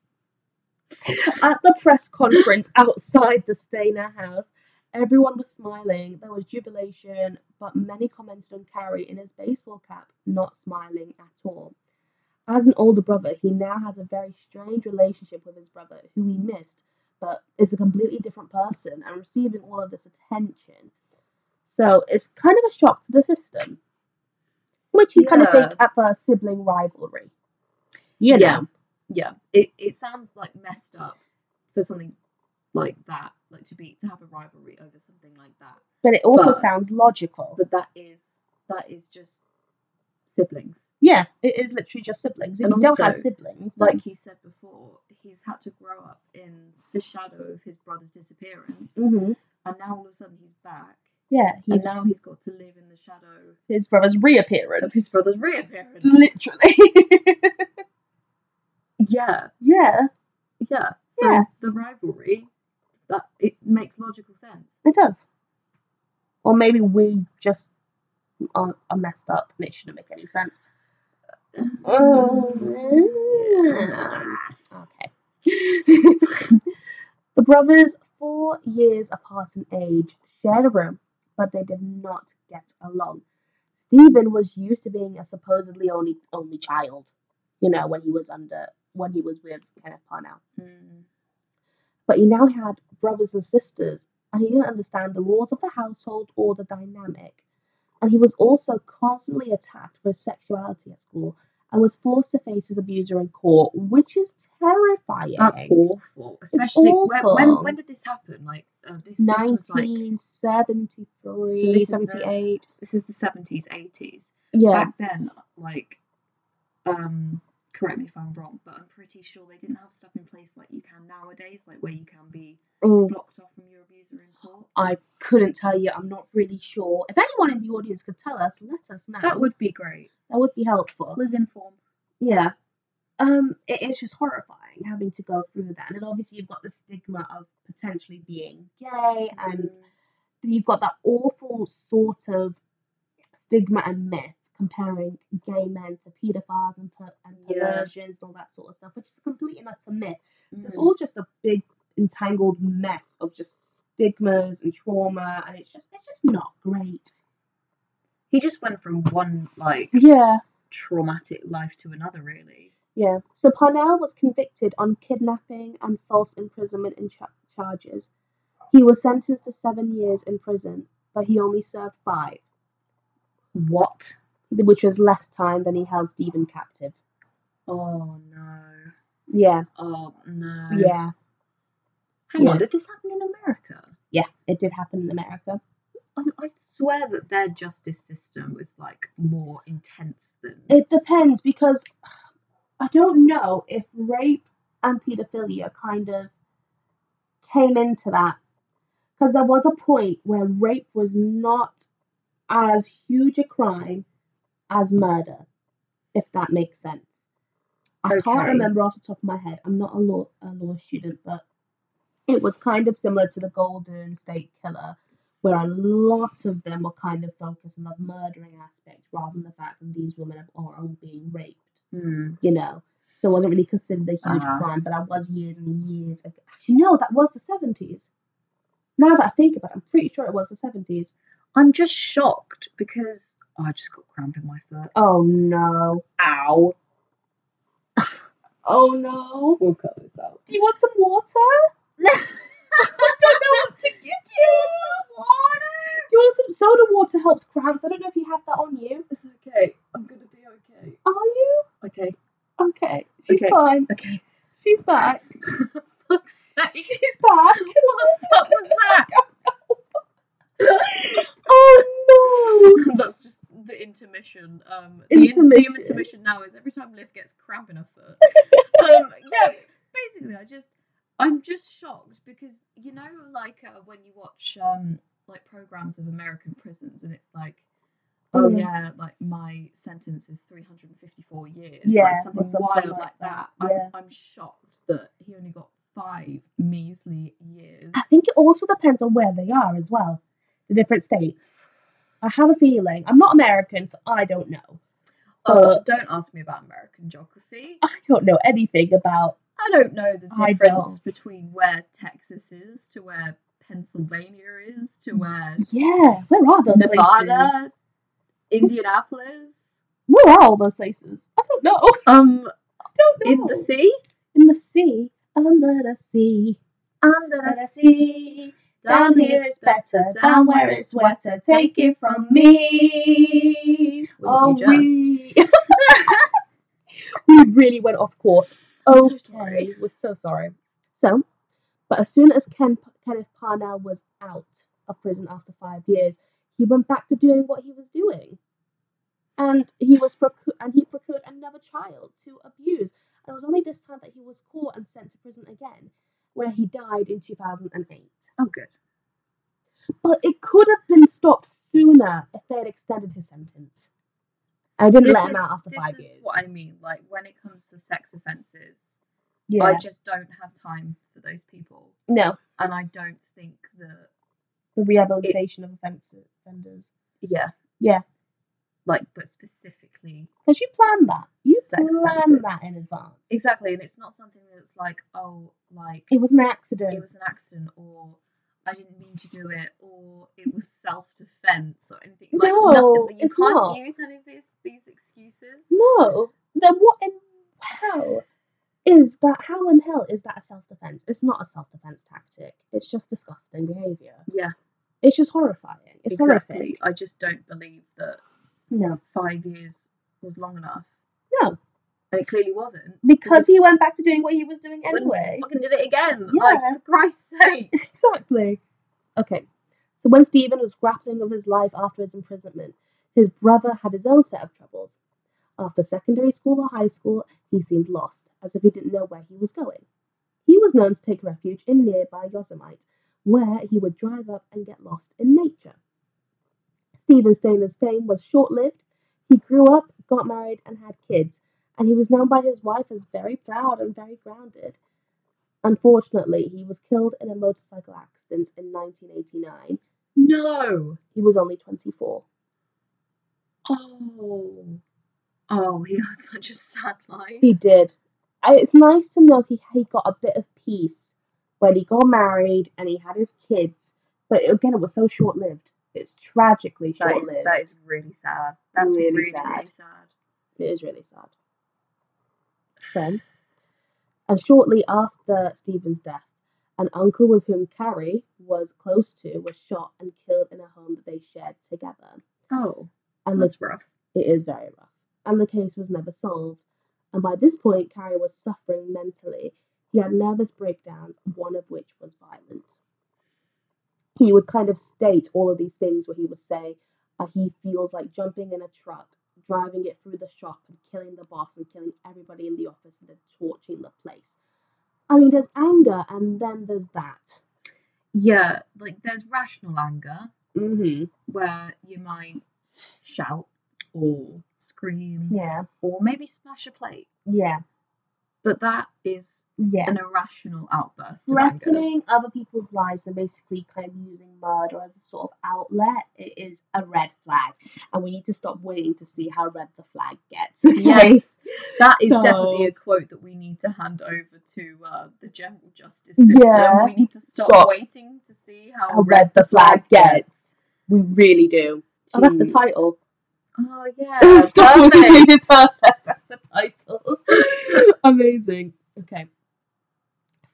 Speaker 1: at the press conference outside the Stainer house, everyone was smiling. There was jubilation, but many commented on Carrie in his baseball cap, not smiling at all. As an older brother, he now has a very strange relationship with his brother, who he missed, but is a completely different person and receiving all of this attention. So it's kind of a shock to the system, which you kind of think
Speaker 2: Yeah.
Speaker 1: at first sibling rivalry. You know,
Speaker 2: Yeah. yeah, it, it sounds like messed up for something like that, like to be to have a rivalry over something like that.
Speaker 1: but it also
Speaker 2: But-
Speaker 1: sounds logical.
Speaker 2: But that is that is just siblings.
Speaker 1: Yeah, it is literally just siblings. If
Speaker 2: And
Speaker 1: you don't have
Speaker 2: also,
Speaker 1: siblings, then-
Speaker 2: Like you said before, he's had to grow up in the shadow of his brother's disappearance,
Speaker 1: Mhm.
Speaker 2: and now all of a sudden he's back,
Speaker 1: yeah,
Speaker 2: and
Speaker 1: he's
Speaker 2: now he's got to live in the shadow
Speaker 1: his brother's reappearance.
Speaker 2: of his brother's reappearance.
Speaker 1: literally.
Speaker 2: yeah,
Speaker 1: yeah,
Speaker 2: yeah. So
Speaker 1: Yeah.
Speaker 2: the rivalry that it makes logical sense.
Speaker 1: it does. Or maybe we just are, are messed up and it shouldn't make any sense.
Speaker 2: Mm-hmm.
Speaker 1: Oh. Okay. the brothers, four years apart in age, shared a room, but they did not get along. Stephen was used to being a supposedly only only child, you know, when he was under when he was with Kenneth Parnell.
Speaker 2: Mm.
Speaker 1: But he now had brothers and sisters, and he didn't understand the rules of the household or the dynamic. And he was also constantly attacked for his sexuality at school and was forced to face his abuser in court, which is terrifying.
Speaker 2: That's awful. Especially When,
Speaker 1: awful.
Speaker 2: when when did this happen? Like uh, this, this was like
Speaker 1: 1973,
Speaker 2: So this is the-
Speaker 1: 78.
Speaker 2: this is the seventies, eighties.
Speaker 1: Yeah.
Speaker 2: Back then, like um correct me if I'm wrong, but I'm pretty sure they didn't have stuff in place like you can nowadays, like where you can be
Speaker 1: Mm.
Speaker 2: blocked off from your abuser in court.
Speaker 1: I couldn't tell you. I'm not really sure. If anyone in the audience could tell us, let us know.
Speaker 2: That would be great.
Speaker 1: that would be helpful.
Speaker 2: Liz inform.
Speaker 1: Yeah. um, it is just horrifying having to go through that. And then obviously you've got the stigma of potentially being gay, and you've got that awful sort of stigma and myth comparing gay men to paedophiles and, per- and
Speaker 2: Yeah.
Speaker 1: perversions and all that sort of stuff, which is a complete and utter myth. So it's
Speaker 2: Mm.
Speaker 1: all just a big entangled mess of just stigmas and trauma, and it's just it's just not great.
Speaker 2: He just went from one like
Speaker 1: Yeah.
Speaker 2: traumatic life to another, really.
Speaker 1: Yeah. So Parnell was convicted on kidnapping and false imprisonment in cha- charges. He was sentenced to seven years in prison, but he only served five,
Speaker 2: What?
Speaker 1: which was less time than he held Stephen captive.
Speaker 2: Oh no.
Speaker 1: Yeah.
Speaker 2: Oh no.
Speaker 1: Yeah.
Speaker 2: Hang
Speaker 1: Yeah.
Speaker 2: on, did this happen in America?
Speaker 1: Yeah. It did happen in America.
Speaker 2: I, I swear that their justice system is like more intense than.
Speaker 1: It depends because I don't know if rape and paedophilia kind of came into that. Because there was a point where rape was not as huge a crime as murder, if that makes sense. I can't
Speaker 2: Okay.
Speaker 1: remember off the top of my head. I'm not a law, a law student, but it was kind of similar to the Golden State Killer, where a lot of them were kind of focused on the murdering aspect rather than the fact that these women are all being raped,
Speaker 2: Hmm.
Speaker 1: you know. So it wasn't really considered a huge
Speaker 2: Uh-huh.
Speaker 1: crime, but that was years and years ago. Actually, no, that was the 70s. Now that I think about it, I'm pretty sure it was the 70s.
Speaker 2: I'm just shocked because oh, I just got cramp in my foot.
Speaker 1: Oh no.
Speaker 2: Ow.
Speaker 1: Oh no.
Speaker 2: We'll cut this out.
Speaker 1: Do you want some water? what to give you. Do you want some soda water helps cramps? I don't know if you have that on you.
Speaker 2: It's okay. I'm gonna be okay.
Speaker 1: Are you?
Speaker 2: Okay.
Speaker 1: Okay. She's
Speaker 2: Okay.
Speaker 1: fine.
Speaker 2: Okay.
Speaker 1: She's back.
Speaker 2: Fuck's
Speaker 1: She's back.
Speaker 2: What was that?
Speaker 1: oh no.
Speaker 2: That's just the intermission. Um, The,
Speaker 1: Intermission.
Speaker 2: the intermission now is every time Liv gets cramp in her foot. um, yeah, basically, I just, I'm just shocked because you know, like uh, when you watch um, like programs of American prisons, and it's like, oh
Speaker 1: Mm.
Speaker 2: yeah, like my sentence is 354 years,
Speaker 1: Yeah,
Speaker 2: like
Speaker 1: or
Speaker 2: something
Speaker 1: something
Speaker 2: wild
Speaker 1: like
Speaker 2: like,
Speaker 1: that,
Speaker 2: that.
Speaker 1: yeah.
Speaker 2: I'm, I'm shocked that he only got five measly years.
Speaker 1: I think it also depends on where they are as well, the different states. I have a feeling. I'm not American, so I don't know.
Speaker 2: Oh, don't ask me about American geography.
Speaker 1: I don't know anything about.
Speaker 2: I don't know the
Speaker 1: I
Speaker 2: difference between where Texas is to where Pennsylvania is to where
Speaker 1: Yeah, where are those
Speaker 2: Nevada,
Speaker 1: places?
Speaker 2: Indianapolis,
Speaker 1: Where are all those places? I don't know. I
Speaker 2: um,
Speaker 1: don't know.
Speaker 2: in the sea,
Speaker 1: in the sea, under the sea,
Speaker 2: under the sea.
Speaker 1: sea. Down here it's better, down where it's wetter. Take it from me. Oh,
Speaker 2: Wouldn't you
Speaker 1: we... we really went off course.
Speaker 2: I'm
Speaker 1: Okay,
Speaker 2: so sorry.
Speaker 1: we're so sorry. So, but as soon as Ken Kenneth Parnell was out of prison after five years, he went back to doing what he was doing, and he was procu- and he procured another child to abuse. And it was only this time that he was caught and sent to prison again, where he died in two thousand and eight.
Speaker 2: Oh, good.
Speaker 1: But it could have been stopped sooner if they had extended his sentence. I didn't
Speaker 2: This
Speaker 1: let him
Speaker 2: is-
Speaker 1: out after
Speaker 2: This
Speaker 1: five
Speaker 2: is
Speaker 1: years.
Speaker 2: what I mean. Like when it comes to sex offences,
Speaker 1: yeah.
Speaker 2: I just don't have time for those people,
Speaker 1: no,
Speaker 2: and I don't think that
Speaker 1: the rehabilitation of offensive offenders.
Speaker 2: yeah
Speaker 1: Yeah.
Speaker 2: like but specifically
Speaker 1: Because you plan that. You
Speaker 2: Sex
Speaker 1: plan
Speaker 2: offences.
Speaker 1: that in advance.
Speaker 2: Exactly, and it's not something that's like, oh, like
Speaker 1: It was an
Speaker 2: it
Speaker 1: accident.
Speaker 2: was an accident, or I didn't mean to do it, or it was self defense, or anything. Like,
Speaker 1: No,
Speaker 2: no, you
Speaker 1: it's
Speaker 2: can't
Speaker 1: not.
Speaker 2: use any of these these excuses.
Speaker 1: No. Then what in hell is that? How in hell is that a self defense? It's not a self defense tactic. It's just disgusting behavior.
Speaker 2: Yeah,
Speaker 1: It's just horrifying. It's
Speaker 2: exactly.
Speaker 1: horrific.
Speaker 2: I just don't believe that
Speaker 1: No.
Speaker 2: five years was long enough.
Speaker 1: No.
Speaker 2: and it clearly wasn't
Speaker 1: Because he went back to doing what he was doing
Speaker 2: wouldn't
Speaker 1: anyway.
Speaker 2: fucking did it again.
Speaker 1: Yeah.
Speaker 2: Like for Christ's sake.
Speaker 1: exactly. Okay. So when Stephen was grappling with his life after his imprisonment, his brother had his own set of troubles. After secondary school or high school, he seemed lost, as if he didn't know where he was going. He was known to take refuge in nearby Yosemite, where he would drive up and get lost in nature. Stephen Stainer's fame was short lived. He grew up, got married, and had kids, and he was known by his wife as very proud and very grounded. Unfortunately, he was killed in a motorcycle accident in 1989.
Speaker 2: No.
Speaker 1: He was only 24.
Speaker 2: Oh. Oh, he had such a sad life.
Speaker 1: He did. I, it's nice to know he, he got a bit of peace when he got married and he had his kids, but again, it was so short lived. It's tragically
Speaker 2: That
Speaker 1: short
Speaker 2: is,
Speaker 1: lived.
Speaker 2: that is really sad. That's
Speaker 1: Really
Speaker 2: really, really
Speaker 1: sad.
Speaker 2: sad.
Speaker 1: It is really sad. Then, and shortly after Stephen's death, an uncle with whom Carrie was close to was shot and killed in a home that they shared together.
Speaker 2: Oh,
Speaker 1: And the,
Speaker 2: that's rough.
Speaker 1: it is very rough. And the case was never solved. And by this point, Carrie was suffering mentally. He had nervous breakdowns, one of which was violent. He would kind of state all of these things where he would say uh, he feels like jumping in a truck, driving it through the shop, and killing the boss and killing everybody in the office and then torching the place. I mean, there's anger and then there's that.
Speaker 2: Yeah, like there's rational anger
Speaker 1: Mm-hmm.
Speaker 2: where you might shout or scream
Speaker 1: Yeah.
Speaker 2: or maybe smash a plate,
Speaker 1: Yeah.
Speaker 2: but that is
Speaker 1: Yeah.
Speaker 2: an irrational outburst. of anger.
Speaker 1: threatening other people's lives and basically kind of using murder as a sort of outlet it is a red flag and we need to stop waiting to see how red the flag gets okay?
Speaker 2: Yes, that is
Speaker 1: So-
Speaker 2: definitely a quote that we need to hand over to uh, the general justice system.
Speaker 1: Yeah.
Speaker 2: We need to stop,
Speaker 1: Stop.
Speaker 2: waiting to see how,
Speaker 1: how red the flag gets we really do oh that's the
Speaker 2: Jeez.
Speaker 1: title
Speaker 2: Oh yeah,
Speaker 1: Stop.
Speaker 2: perfect.
Speaker 1: It's perfect. that's the title amazing okay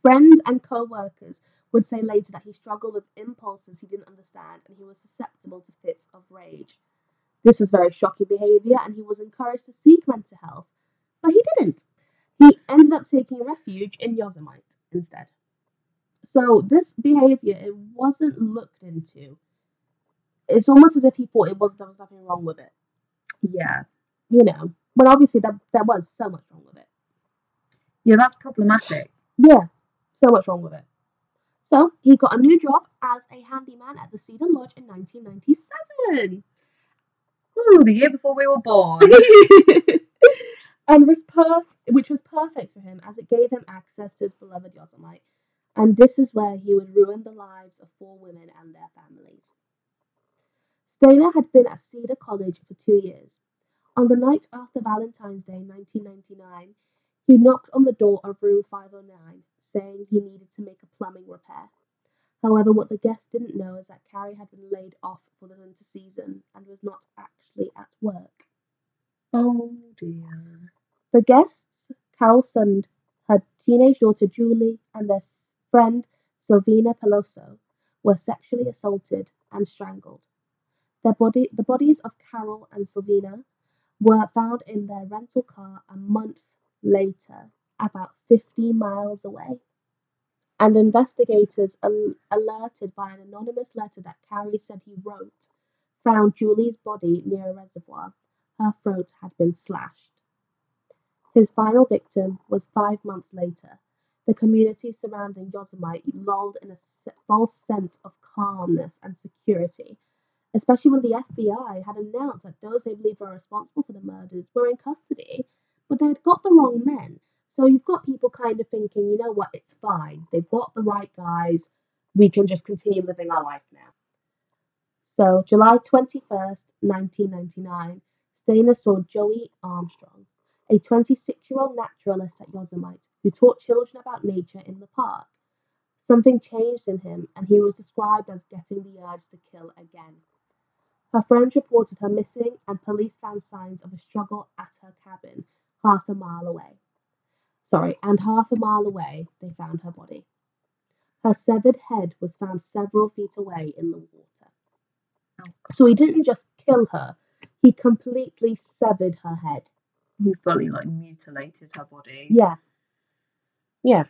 Speaker 1: friends and co-workers would say later that he struggled with impulses he didn't understand and he was susceptible to fits of rage This was very shocking behaviour, and he was encouraged to seek mental health, but he didn't. He ended up taking refuge in Yosemite instead. So this behaviour, it wasn't looked into. It's almost as if he thought it was there was nothing wrong with it,
Speaker 2: Yeah,
Speaker 1: you know. But obviously there, there was so much wrong with it.
Speaker 2: yeah, that's problematic.
Speaker 1: Yeah, so much wrong with it. So he got a new job as a handyman at the Cedar Lodge in 1997.
Speaker 2: Ooh, the year before we were born.
Speaker 1: and was per- which was perfect for him as it gave him access to his beloved Yosemite. And this is where he would ruin the lives of four women and their families. Stainer had been at Cedar College for two years. On the night after Valentine's Day 1999, he knocked on the door of room 509, saying he needed to make a plumbing repair. However, what the guests didn't know is that Carrie had been laid off for the winter season and was not actually at work.
Speaker 2: oh dear.
Speaker 1: The guests, Carol Sund, her teenage daughter Julie, and their friend Sylvina Peloso, were sexually assaulted and strangled. Their body, the bodies of Carol and Sylvina were found in their rental car a month later, about 50 miles away. And investigators al- alerted by an anonymous letter that Carrie said he wrote found Julie's body near a reservoir. Her throat had been slashed. His final victim was five months later. The community surrounding Yosemite lulled in a s- false sense of calmness and security, especially when the FBI had announced that those they believed were responsible for the murders were in custody, but they had got the wrong men. So you've got people kind of thinking, you know what, it's fine. They've got the right guys. We can just continue living our life now. So, July 21st, 1999, Stainer saw Joey Armstrong a 26 year old naturalist at Yosemite who taught children about nature in the park. Something changed in him, and he was described as getting the urge to kill again. Her friends reported her missing, and police found signs of a struggle at her cabin, half a mile away. Sorry, and half a mile away, they found her body. Her severed head was found several feet away in the water.
Speaker 2: Oh,
Speaker 1: So he didn't just kill her, he completely severed her head.
Speaker 2: He fully like mutilated her body.
Speaker 1: Yeah. Yeah.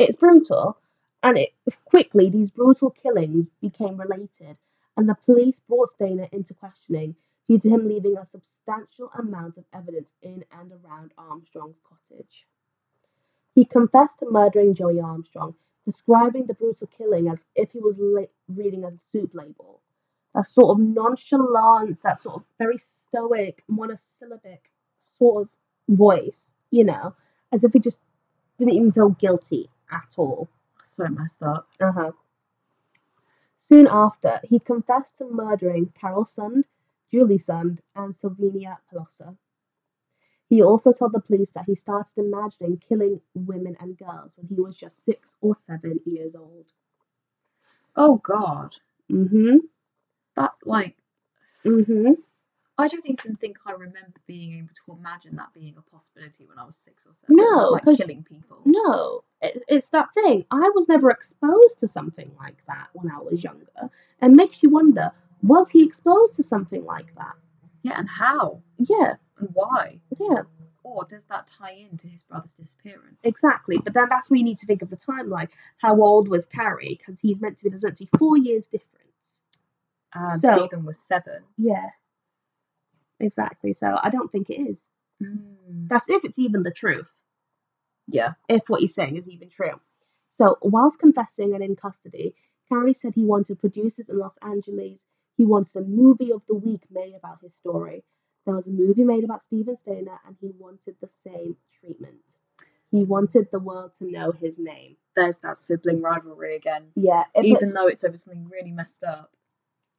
Speaker 1: It's brutal. And it quickly these brutal killings became related and the police brought Stainer into questioning due to him leaving a substantial amount of evidence in and around Armstrong's cottage. He confessed to murdering Joey Armstrong, describing the brutal killing as if he was la- reading a soup label. That sort of nonchalance, that sort of very stoic, monosyllabic sort of voice, you know, as if he just didn't even feel guilty at all.
Speaker 2: So messed up.
Speaker 1: Uh huh. Soon after, he confessed to murdering Carol Sund, Julie Sund, and Sylvania Pelosa. He also told the police that he started imagining killing women and girls when he was just six or seven years old.
Speaker 2: Oh God,
Speaker 1: Mm-hmm.
Speaker 2: that's like
Speaker 1: Mm-hmm.
Speaker 2: I don't even think I remember being able to imagine that being a possibility when I was six or seven.
Speaker 1: No,
Speaker 2: like
Speaker 1: 'cause-
Speaker 2: killing people.
Speaker 1: No, it, it's that thing. I was never exposed to something like that when I was younger. And makes you wonder, was he exposed to something like that?
Speaker 2: Yeah, and how
Speaker 1: Yeah,
Speaker 2: and why?
Speaker 1: yeah,
Speaker 2: Or does that tie into his brother's disappearance?
Speaker 1: exactly. But then that's where you need to think of the timeline. How old was Carrie? Because he's meant to be, there's meant to be four years difference.
Speaker 2: And
Speaker 1: So-
Speaker 2: Stephen was seven.
Speaker 1: Yeah. Exactly. So I don't think it is. That's if it's even the truth.
Speaker 2: Yeah.
Speaker 1: if what he's saying is even true. So, whilst confessing and in custody, Carrie said he wanted producers in Los Angeles. He wanted a movie of the week made about his story. There was a movie made about Steven Stainer, and he wanted the same treatment. He wanted the world to know his name.
Speaker 2: There's that sibling rivalry again.
Speaker 1: Yeah, if
Speaker 2: Even
Speaker 1: it's,
Speaker 2: though it's over something really messed up.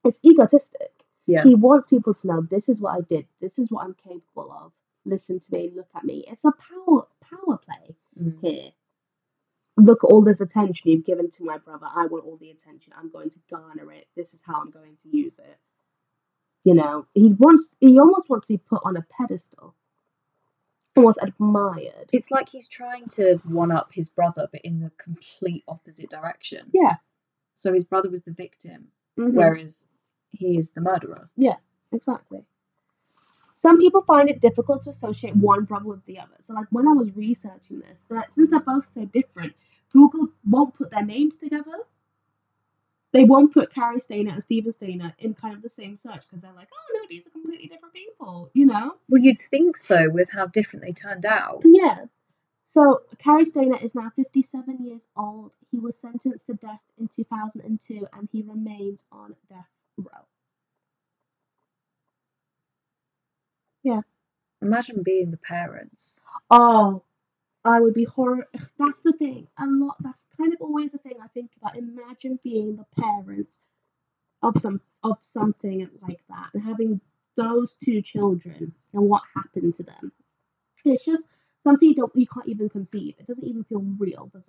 Speaker 1: it's egotistic.
Speaker 2: Yeah.
Speaker 1: He wants people to know this is what I did. This is what I'm capable of. Listen to me. Look at me. It's a power power play.
Speaker 2: Mm.
Speaker 1: here. Look at all this attention you've given to my brother. I want all the attention. I'm going to garner it. This is how I'm going to use it. You know, he wants. He almost wants to be put on a pedestal, almost admired.
Speaker 2: It's like he's trying to one up his brother, but in the complete opposite direction.
Speaker 1: Yeah.
Speaker 2: So his brother was the victim,
Speaker 1: Mhm.
Speaker 2: whereas he is the murderer.
Speaker 1: Exactly. Some people find it difficult to associate one brother with the other. So, like when I was researching this, that since they're both so different, Google won't put their names together. They won't put Carrie Stainer and Steven Stainer in kind of the same search because they're like, oh no, these are completely different people, you know?
Speaker 2: Well, you'd think so with how different they turned out.
Speaker 1: Yeah. So Carrie Stainer is now 57 years old. He was sentenced to death in 2002 and he remains on death row.
Speaker 2: Imagine being the parents.
Speaker 1: Oh, I would be horror. That's the thing. A lot. That's kind of always a thing I think about. Imagine being the parents of some of something like that, and having those two children and what happened to them. It's just something you don't. You can't even conceive. It doesn't even feel real, does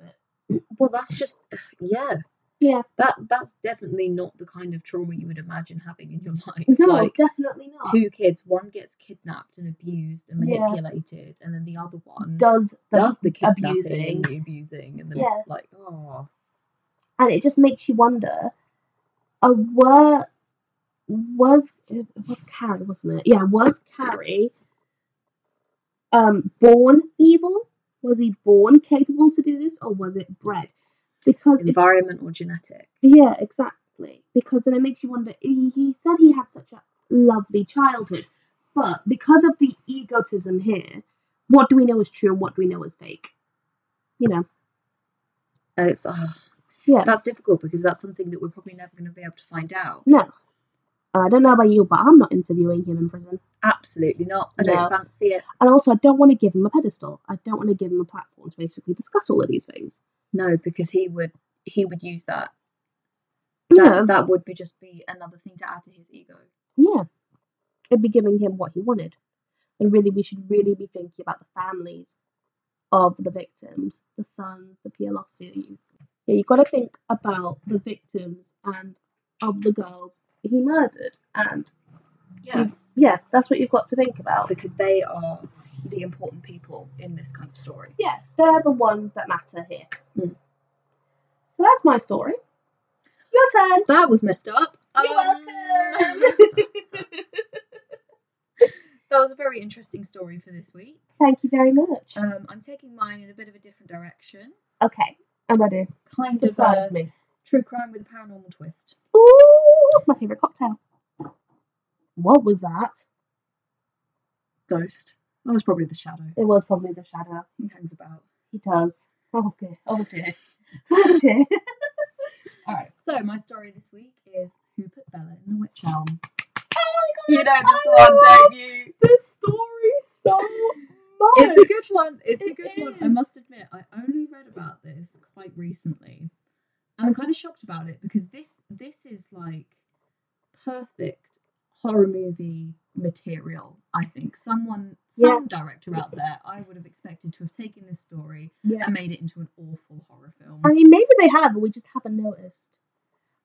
Speaker 1: it?
Speaker 2: Well, that's just yeah.
Speaker 1: Yeah.
Speaker 2: That that's definitely not the kind of trauma you would imagine having in your life.
Speaker 1: No,
Speaker 2: like
Speaker 1: definitely not.
Speaker 2: two kids, one gets kidnapped and abused and
Speaker 1: Yeah.
Speaker 2: manipulated, and then the other one
Speaker 1: does the,
Speaker 2: does the kidnapping
Speaker 1: abusing.
Speaker 2: and the abusing, and then
Speaker 1: Yeah.
Speaker 2: like oh
Speaker 1: and it just makes you wonder uh, were was it was Carrie wasn't it yeah was Carrie um born evil was he born capable to do this or was it bred because it,
Speaker 2: environment or genetic.
Speaker 1: yeah exactly because then it makes you wonder he, he said he had such a lovely childhood but because of the egotism here what do we know is true and what do we know is fake you know
Speaker 2: And it's ah,
Speaker 1: Yeah.
Speaker 2: that's difficult because that's something that we're probably never going to be able to find out.
Speaker 1: no I don't know about you but I'm not interviewing him in prison
Speaker 2: Absolutely not. I don't
Speaker 1: No.
Speaker 2: fancy it.
Speaker 1: And also, I don't want to give him a pedestal. I don't want to give him a platform to basically discuss all of these things.
Speaker 2: No, because he would he would use that. That,
Speaker 1: Yeah,
Speaker 2: that would be just be another thing to add to his ego.
Speaker 1: yeah. It'd be giving him what he wanted. And really, we should really be thinking about the families of the victims, the sons, the Pielosius. Yeah, you've got to think about the victims and of the girls he murdered. And
Speaker 2: Yeah,
Speaker 1: yeah, that's what you've got to think about.
Speaker 2: because they are the important people in this kind of story.
Speaker 1: Yeah, they're the ones that matter here.
Speaker 2: Mm.
Speaker 1: So that's my story. Your turn.
Speaker 2: That was messed up.
Speaker 1: You're
Speaker 2: Um,
Speaker 1: welcome.
Speaker 2: that was a very interesting story for this week.
Speaker 1: Thank you very much.
Speaker 2: Um, I'm taking mine in a bit of a different direction.
Speaker 1: Okay, I'm ready.
Speaker 2: Kind of uh,
Speaker 1: Surprise
Speaker 2: a
Speaker 1: me.
Speaker 2: true crime with a paranormal twist.
Speaker 1: Ooh, my favorite cocktail. What was that?
Speaker 2: Ghost. That was probably the shadow.
Speaker 1: It was probably the shadow.
Speaker 2: He hangs about.
Speaker 1: He does. Oh dear. Oh dear. Oh dear.
Speaker 2: All right. So my story this week is Who Put Bella in the Witch
Speaker 1: Oh,
Speaker 2: Elm? You know this
Speaker 1: I
Speaker 2: one,
Speaker 1: love
Speaker 2: don't you?
Speaker 1: this story so book.
Speaker 2: It's a good one. It's a
Speaker 1: It
Speaker 2: good one. I
Speaker 1: is.
Speaker 2: must admit, I only read about this quite recently. And I'm kind of shocked about it because this this is like perfect horror movie material, I think. Someone some director out there I would have expected to have taken this story
Speaker 1: yeah.
Speaker 2: and made it into an awful horror film.
Speaker 1: I mean, maybe they have, but we just haven't noticed.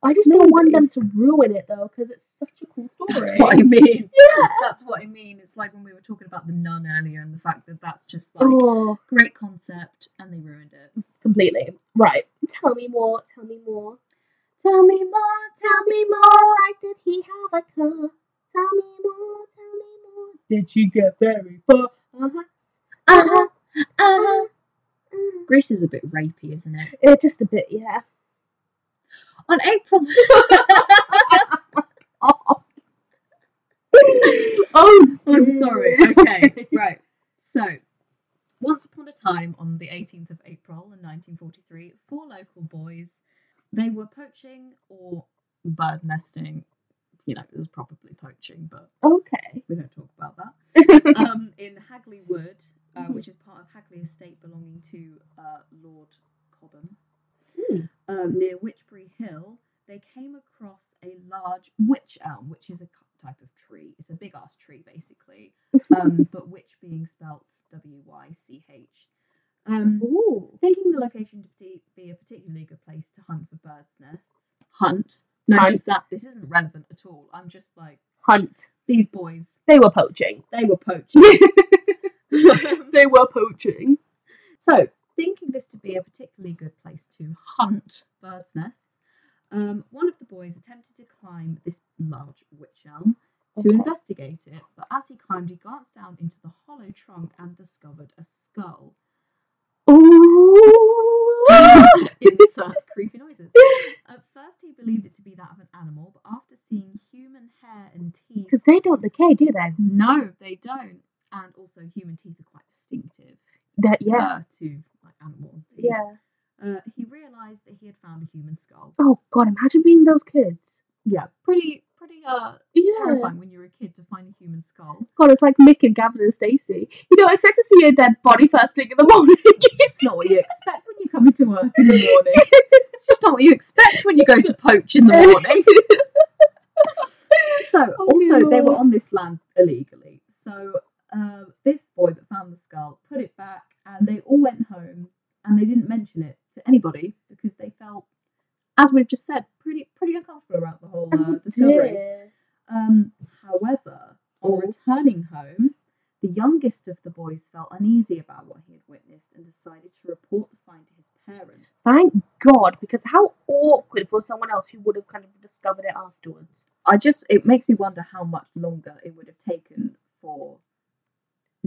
Speaker 1: I just don't want
Speaker 2: Maybe.
Speaker 1: them to ruin it though, because it's such a cool story.
Speaker 2: That's what I mean. Yeah. That's what I mean. It's like when we were talking about the nun earlier and the fact that that's just like
Speaker 1: Oh,
Speaker 2: great concept and they ruined it.
Speaker 1: completely. Right. Tell me more. Tell me more.
Speaker 2: Tell me more.
Speaker 1: Tell me more, like did he have a car? Tell me more, tell me more. Did she get very far? Uh-huh.
Speaker 2: Uh-huh. Uh,
Speaker 1: uh-huh.
Speaker 2: Grace is a bit rapey, isn't it?
Speaker 1: Uh, just a bit, yeah.
Speaker 2: On April.
Speaker 1: Oh, oh
Speaker 2: I'm sorry. Okay, right. So, once upon a time, on the 18th of April in 1943, four local boys, they were poaching or bird nesting. You know, it was probably poaching, but
Speaker 1: Okay.
Speaker 2: we don't talk about that. um, in Hagley Wood, uh,
Speaker 1: Mhm.
Speaker 2: which is part of Hagley Estate belonging to uh, Lord Cobham.
Speaker 1: Hmm.
Speaker 2: um, near Witchbury Hill, they came across a large witch elm, which is a cu- type of tree. It's a big ass tree, basically, um, but witch being spelt W Y C H.
Speaker 1: Mm-hmm.
Speaker 2: Um,
Speaker 1: Ooh.
Speaker 2: thinking the location to be- be a particularly good place to hunt for birds' nests. Hunt. Notice
Speaker 1: Hunt.
Speaker 2: that this isn't relevant at all. I'm just like
Speaker 1: Hunt.
Speaker 2: these boys.
Speaker 1: They were poaching.
Speaker 2: They were poaching. Um,
Speaker 1: They were poaching.
Speaker 2: So, thinking this to be a particularly good place to hunt birds' nests, um, one of the boys attempted to climb this large witch elm to
Speaker 1: Okay.
Speaker 2: investigate it, but as he climbed, he glanced down into the hollow trunk and discovered a skull.
Speaker 1: Ooh.
Speaker 2: Insert creepy noises. At first, he believed it to be that of an animal, but after seeing human hair and teeth,
Speaker 1: Because they don't decay, do they?
Speaker 2: no, they don't. And also, human teeth are quite distinctive
Speaker 1: That yeah.
Speaker 2: uh, to like animal teeth.
Speaker 1: yeah.
Speaker 2: Uh, he realized that he had found a human skull.
Speaker 1: Oh god, imagine being those kids.
Speaker 2: Yeah, pretty, pretty uh,
Speaker 1: Yeah.
Speaker 2: terrifying when you're a kid to find a human skull.
Speaker 1: God, it's like Mick and Gavin and Stacey. You don't expect to see a dead body first thing in the morning.
Speaker 2: It's just not what you expect when you come into work in the morning. It's just not what you expect when you go to poach in the morning. So,
Speaker 1: Oh, dear
Speaker 2: also, they were
Speaker 1: Lord.
Speaker 2: on this land illegally. So, uh, this boy that found the skull put it back, and they all went home, and they didn't mention it to anybody because they felt, as we've just said, pretty, pretty uncomfortable about the whole uh, discovery. Um, however, on
Speaker 1: Oh.
Speaker 2: returning home, the youngest of the boys felt uneasy about what he had witnessed and decided to report the find to his parents.
Speaker 1: Thank God, because how awkward for someone else who would have kind of discovered it afterwards.
Speaker 2: I just it makes me wonder how much longer it would have taken for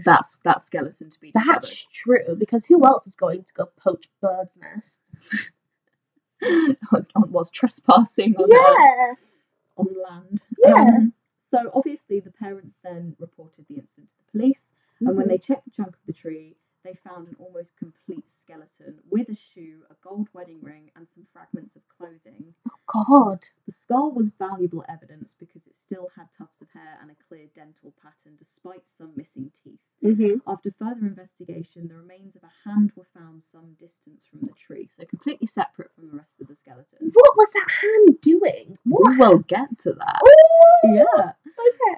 Speaker 2: that that skeleton to be discovered.
Speaker 1: That's true, because who else is going to go poach birds' nests?
Speaker 2: on, on was trespassing on uh,
Speaker 1: Yeah.
Speaker 2: on land.
Speaker 1: Yeah.
Speaker 2: Um, so obviously the parents then reported the incident to the police, and when they checked the trunk of the tree, they found an almost complete skeleton with a shoe, a gold wedding ring, and some fragments of clothing.
Speaker 1: God.
Speaker 2: The skull was valuable evidence because it still had tufts of hair and a clear dental pattern, despite some missing teeth.
Speaker 1: Mm-hmm.
Speaker 2: After further investigation, the remains of a hand were found some distance from the tree, so completely separate from the rest of the skeleton.
Speaker 1: What was that hand doing? What?
Speaker 2: We will get to that.
Speaker 1: Ooh,
Speaker 2: Yeah.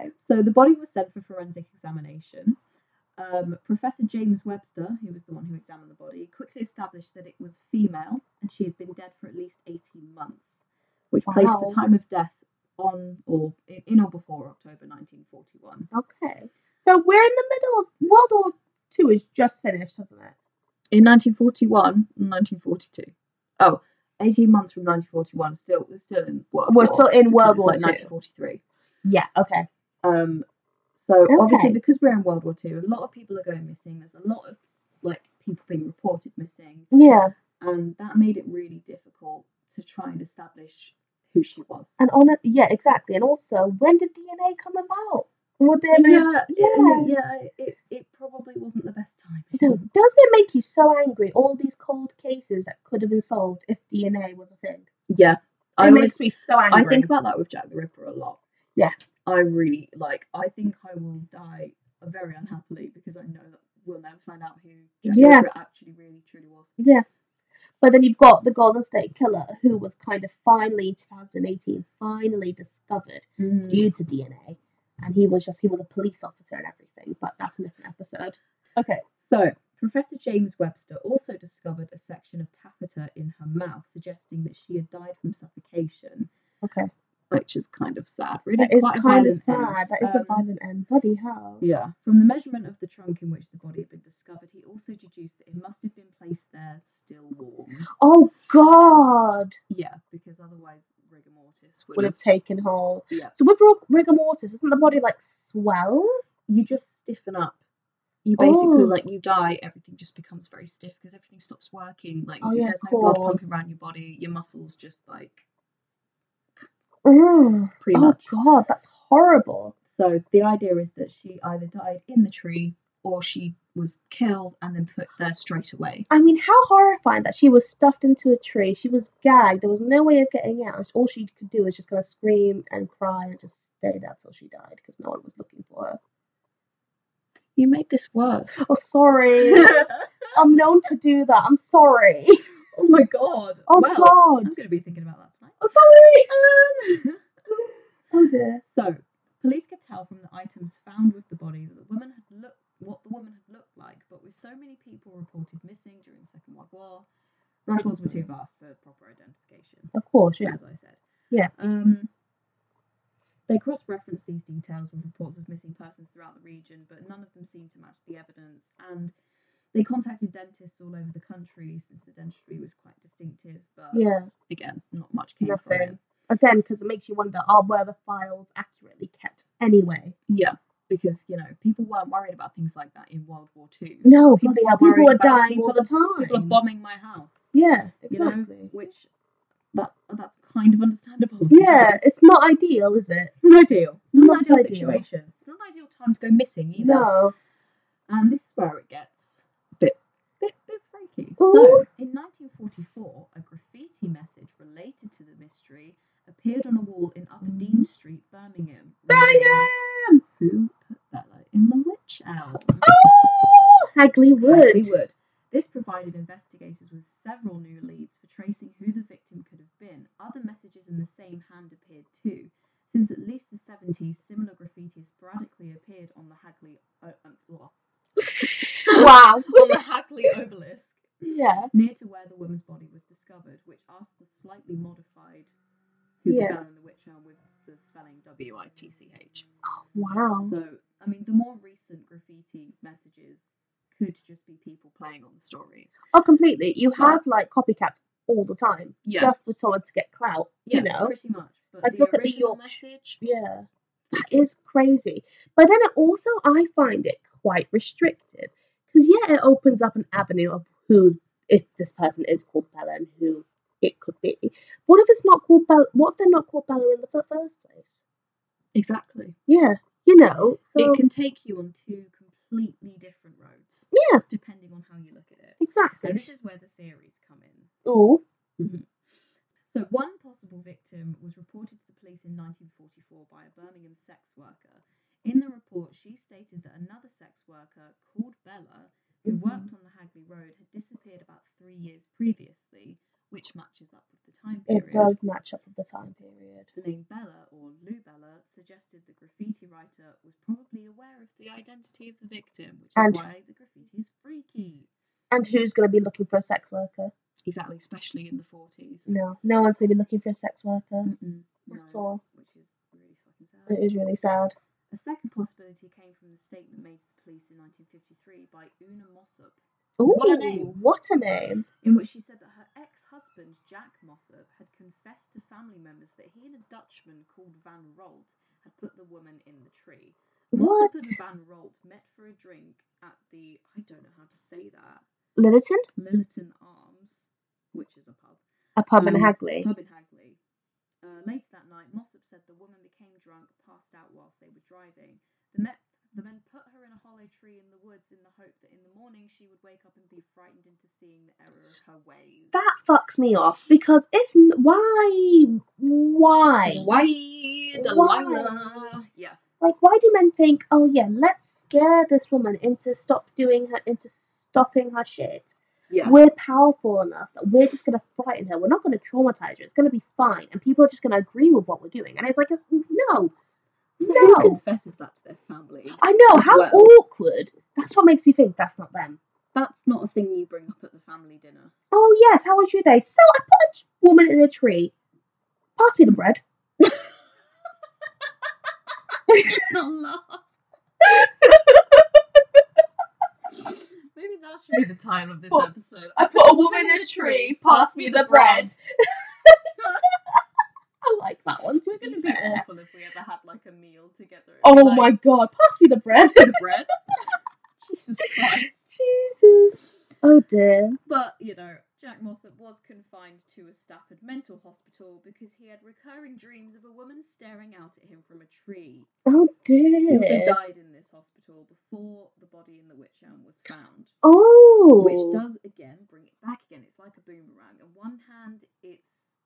Speaker 1: Okay.
Speaker 2: So the body was sent for forensic examination. Um, Professor James Webster, who was the one who examined the body, quickly established that it was female and she had been dead for at least 18 months, which placed
Speaker 1: Wow.
Speaker 2: the time of death on or in, in or before October 1941.
Speaker 1: Okay. So we're in the middle of World War Two is just finished, hasn't it?
Speaker 2: In 1941 and 1942. Oh, 18 months from 1941, still, we're still in World
Speaker 1: We're
Speaker 2: War,
Speaker 1: still in
Speaker 2: because
Speaker 1: World
Speaker 2: it's
Speaker 1: War
Speaker 2: like
Speaker 1: Two.
Speaker 2: 1943.
Speaker 1: Yeah. Okay.
Speaker 2: Um, so
Speaker 1: Okay.
Speaker 2: obviously, because we're in World War Two, a lot of people are going missing. There's a lot of like people being reported missing,
Speaker 1: Yeah.
Speaker 2: and that made it really difficult to try and establish who she was.
Speaker 1: And on it, yeah, exactly. And also, when did DNA come about? Would there be?
Speaker 2: yeah, yeah,
Speaker 1: yeah.
Speaker 2: yeah. It, it probably wasn't the best time.
Speaker 1: I don't- Does it make you so angry? All these cold cases that could have been solved if DNA was a thing.
Speaker 2: Yeah,
Speaker 1: It
Speaker 2: I always
Speaker 1: makes me so angry.
Speaker 2: I think about that with Jack the Ripper a lot.
Speaker 1: Yeah.
Speaker 2: I really like. I think I will die very unhappily because I know that we'll never find out who Jack
Speaker 1: Yeah.
Speaker 2: Reacher actually really truly was.
Speaker 1: Yeah. But then you've got the Golden State Killer, who was kind of finally in 2018, finally discovered due to DNA. And he was just, he was a police officer and everything, but that's a different episode. Okay.
Speaker 2: So, Professor James Webster also discovered a section of taffeta in her mouth, suggesting that she had died from suffocation,
Speaker 1: Okay.
Speaker 2: which is kind of sad. Really,
Speaker 1: That is
Speaker 2: quite a
Speaker 1: kind of
Speaker 2: violent
Speaker 1: sad.
Speaker 2: end.
Speaker 1: That is
Speaker 2: Um,
Speaker 1: a violent end. Bloody hell.
Speaker 2: Yeah. From the measurement of the trunk in which the body had been discovered, he also deduced that it must have been placed there still warm.
Speaker 1: Oh, God.
Speaker 2: Yeah, because otherwise rigor mortis would
Speaker 1: Would
Speaker 2: have.
Speaker 1: have taken hold.
Speaker 2: Yeah.
Speaker 1: So with rig- rigor mortis, isn't the body like swell?
Speaker 2: You just stiffen up. You basically
Speaker 1: Oh.
Speaker 2: like you die. Everything just becomes very stiff because everything stops working. Like
Speaker 1: Oh, yeah,
Speaker 2: there's
Speaker 1: of
Speaker 2: no blood pumping
Speaker 1: course.
Speaker 2: around your body. Your muscles just like
Speaker 1: Ugh.
Speaker 2: pretty
Speaker 1: Oh,
Speaker 2: much.
Speaker 1: God. That's horrible.
Speaker 2: So the idea is that she either died in the tree or she was killed and then put there straight away.
Speaker 1: I mean, how horrifying that she was stuffed into a tree. She was gagged. There was no way of getting out. All she could do was just kind of scream and cry and just stay there till she died because no one was looking for her.
Speaker 2: You made this worse.
Speaker 1: Oh, sorry. I'm known to do that. I'm sorry.
Speaker 2: oh my god.
Speaker 1: Oh,
Speaker 2: well,
Speaker 1: God.
Speaker 2: I'm going to be thinking about that tonight.
Speaker 1: I'm sorry.
Speaker 2: Um,
Speaker 1: Oh, dear.
Speaker 2: so, police could tell from the items found with the body that the woman had looked what the woman had looked like, but with so many people reported missing during the Second World War, records were too vast for proper identification.
Speaker 1: Of course, yeah.
Speaker 2: as I said.
Speaker 1: Yeah.
Speaker 2: Um, they cross referenced these details with reports of missing persons throughout the region, but none of them seemed to match the evidence. And they contacted dentists all over the country since the dentistry was quite distinctive, but
Speaker 1: Yeah.
Speaker 2: again, not much came from
Speaker 1: Nothing.
Speaker 2: it.
Speaker 1: Again, because it makes you wonder are were the files accurately kept anyway?
Speaker 2: Yeah, because, you know, people weren't worried about things like that in World War Two.
Speaker 1: No,
Speaker 2: People
Speaker 1: bloody
Speaker 2: are
Speaker 1: hell. People
Speaker 2: worried
Speaker 1: are
Speaker 2: about
Speaker 1: dying
Speaker 2: people
Speaker 1: all the
Speaker 2: that- People are
Speaker 1: time.
Speaker 2: bombing my house,
Speaker 1: yeah,
Speaker 2: you know,
Speaker 1: exactly.
Speaker 2: which that that's kind of understandable.
Speaker 1: Yeah, it's not ideal, is it?
Speaker 2: It's not ideal. It's not,
Speaker 1: Not
Speaker 2: an ideal,
Speaker 1: ideal.
Speaker 2: situation. It's not an ideal time to go missing either.
Speaker 1: No.
Speaker 2: And this is where it gets bit bit bit freaky.
Speaker 1: Ooh.
Speaker 2: So in 1944, a graffiti message related to the mystery appeared on a wall in Upper Dean Street, Birmingham. reading,
Speaker 1: Mm-hmm. Birmingham!
Speaker 2: Who put Bella in the witch elm?
Speaker 1: Hagley
Speaker 2: Likely
Speaker 1: Wood.
Speaker 2: would. This provided investigators with several new leads for tracing who the victim could have been. Other messages in the same hand appeared too. Since at least the 70s, similar graffiti sporadically appeared on the Hagley o- um, well,
Speaker 1: Wow.
Speaker 2: on the Hagley obelisk
Speaker 1: Yeah.
Speaker 2: near to where the woman's body was discovered, which asked the slightly modified who
Speaker 1: Yeah.
Speaker 2: yeah. in the witch elm with the spelling W I T C H.
Speaker 1: Wow.
Speaker 2: So, I mean, the more recent graffiti messages could just be people playing on the story.
Speaker 1: Oh, completely. You have like copycats all the time,
Speaker 2: Yeah.
Speaker 1: just for someone to get clout.
Speaker 2: Yeah,
Speaker 1: you know?
Speaker 2: pretty much. But
Speaker 1: Like,
Speaker 2: the
Speaker 1: look at the
Speaker 2: original
Speaker 1: Yorksh-
Speaker 2: message,
Speaker 1: Yeah. That is crazy. But then it also, I find it quite restricted. Because, yeah, it opens up an avenue of who, if this person is called Bella and who it could be. What if it's not called Bella? What if they're not called Bella in the fir- first place?
Speaker 2: exactly.
Speaker 1: Yeah. You know? So,
Speaker 2: it can take you on two completely different roads,
Speaker 1: yeah,
Speaker 2: depending on how you look at it. And
Speaker 1: exactly.
Speaker 2: this is where the theories come in.
Speaker 1: Ooh.
Speaker 2: So, one possible victim was reported to the police in 1944 by a Birmingham sex worker. In the report, she stated that another sex worker called Bella, who
Speaker 1: Mhm.
Speaker 2: worked on the Hagley Road, had disappeared about three years previously, which matches up with the time period.
Speaker 1: It does match up with the time period.
Speaker 2: The name Bella or Lou Bella suggested the graffiti writer was probably aware of the identity of the victim, which is
Speaker 1: And-
Speaker 2: why the graffiti is freaky.
Speaker 1: And who's going to be looking for a sex worker?
Speaker 2: Exactly, especially in the 40s.
Speaker 1: No, no one's going to be looking for a sex worker.
Speaker 2: Mm-mm,
Speaker 1: At
Speaker 2: no,
Speaker 1: all.
Speaker 2: which is really fucking sad.
Speaker 1: It is really sad.
Speaker 2: A second possibility came from the statement made to the police in 1953 by Una Mossop,
Speaker 1: Ooh,
Speaker 2: What a name.
Speaker 1: What a name.
Speaker 2: in which she said that her ex husband, Jack Mossop, had confessed to family members that he and a Dutchman called Van Rolt had put the woman in the tree.
Speaker 1: What?
Speaker 2: Mossop and Van Rolt met for a drink at the, I don't know how to say that,
Speaker 1: Lillerton?
Speaker 2: Lillerton Arms, which is a pub,
Speaker 1: A pub in
Speaker 2: Um,
Speaker 1: Hagley.
Speaker 2: pub in Hagley. Uh, later that night, Mossop said the woman became drunk, passed out whilst they were driving. The, met, the men put her in a hollow tree in the woods in the hope that in the morning she would wake up and be frightened into seeing the error of her ways.
Speaker 1: That fucks me off because if n- why why
Speaker 2: Why, Delilah? Yeah.
Speaker 1: like why do men think oh yeah let's scare this woman into stop doing her into stopping her shit.
Speaker 2: Yeah.
Speaker 1: We're powerful enough that we're just gonna frighten her. We're not gonna traumatize her. It's gonna be fine, and people are just gonna agree with what we're doing. And it's like, it's, no,
Speaker 2: So who
Speaker 1: no.
Speaker 2: confesses that to their family?
Speaker 1: I know
Speaker 2: as
Speaker 1: how
Speaker 2: well.
Speaker 1: awkward. That's what makes me think that's not them.
Speaker 2: That's not a thing you bring up at the family dinner.
Speaker 1: Oh yes, how was your day? So I put a t- woman in a tree. Pass me the bread.
Speaker 2: Maybe that should be the title of this
Speaker 1: Well,
Speaker 2: episode.
Speaker 1: I like that one.
Speaker 2: We're gonna be awful if we ever had like a meal together. It's
Speaker 1: Oh
Speaker 2: like,
Speaker 1: my god, pass me the bread.
Speaker 2: the bread. Jesus Christ.
Speaker 1: Jesus. Oh dear.
Speaker 2: But you know, Jack Mossop was confined to a Stafford mental hospital because he had recurring dreams of a woman staring out at him from a tree.
Speaker 1: Oh
Speaker 2: He also
Speaker 1: dear.
Speaker 2: died in this hospital before the body in the witch elm was found.
Speaker 1: Oh.
Speaker 2: which does again bring it back again. It's like a boomerang. On one hand, it's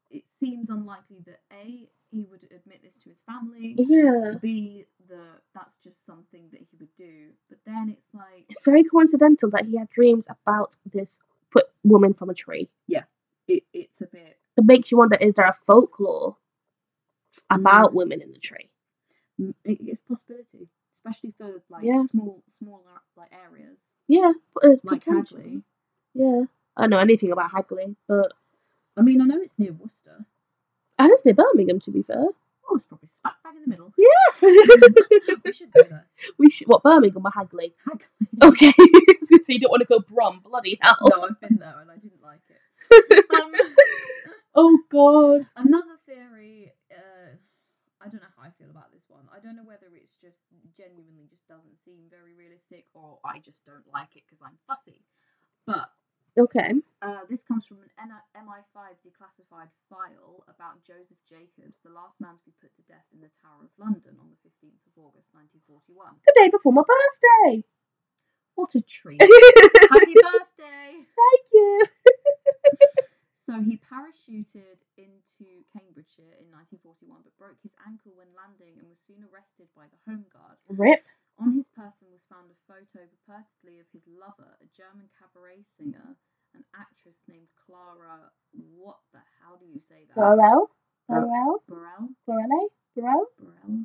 Speaker 2: it seems unlikely that a he would admit this to his family.
Speaker 1: Yeah.
Speaker 2: B that that's just something that he would do. But then it's like
Speaker 1: It's very coincidental that he had dreams about this put woman from a tree.
Speaker 2: it, it's a bit
Speaker 1: That makes you wonder: is there a folklore about women in the tree?
Speaker 2: Mm, it- it's a possibility, especially for like
Speaker 1: Yeah.
Speaker 2: small smaller like areas
Speaker 1: Yeah, but it's
Speaker 2: like
Speaker 1: potential.
Speaker 2: Hadley.
Speaker 1: Yeah. I don't know anything about Hagley, but
Speaker 2: I mean, I know it's near Worcester.
Speaker 1: and it's near Birmingham to be fair.
Speaker 2: Oh, it's probably smack bang in the middle. we should go there.
Speaker 1: we should what Birmingham or Hagley?
Speaker 2: Hagley.
Speaker 1: Okay, so you don't want to go Brom? Bloody hell!
Speaker 2: No, I've been there and I didn't like it. Um,
Speaker 1: Oh god.
Speaker 2: Another theory, uh, I don't know how I feel about this one. I don't know whether it's just genuinely just doesn't seem very realistic or I just don't like it because I'm fussy. But
Speaker 1: Okay.
Speaker 2: uh, this comes from an N- MI5 declassified file about Joseph Jacobs, the last man to be put to death in the Tower of London on the 15th of August 1941.
Speaker 1: The day before my birthday.
Speaker 2: What a treat!
Speaker 1: Thank
Speaker 2: Happy birthday!
Speaker 1: you.
Speaker 2: So he parachuted into Cambridgeshire in 1941 but broke his ankle when landing and was soon arrested by the Home Guard.
Speaker 1: Rip.
Speaker 2: On his person was found a photo purportedly of his lover, a German cabaret singer, an actress named Clara. What the hell do you say that?
Speaker 1: Laurel. Laurel.
Speaker 2: Burrell?
Speaker 1: Laurel. Laurel.
Speaker 2: Burrell?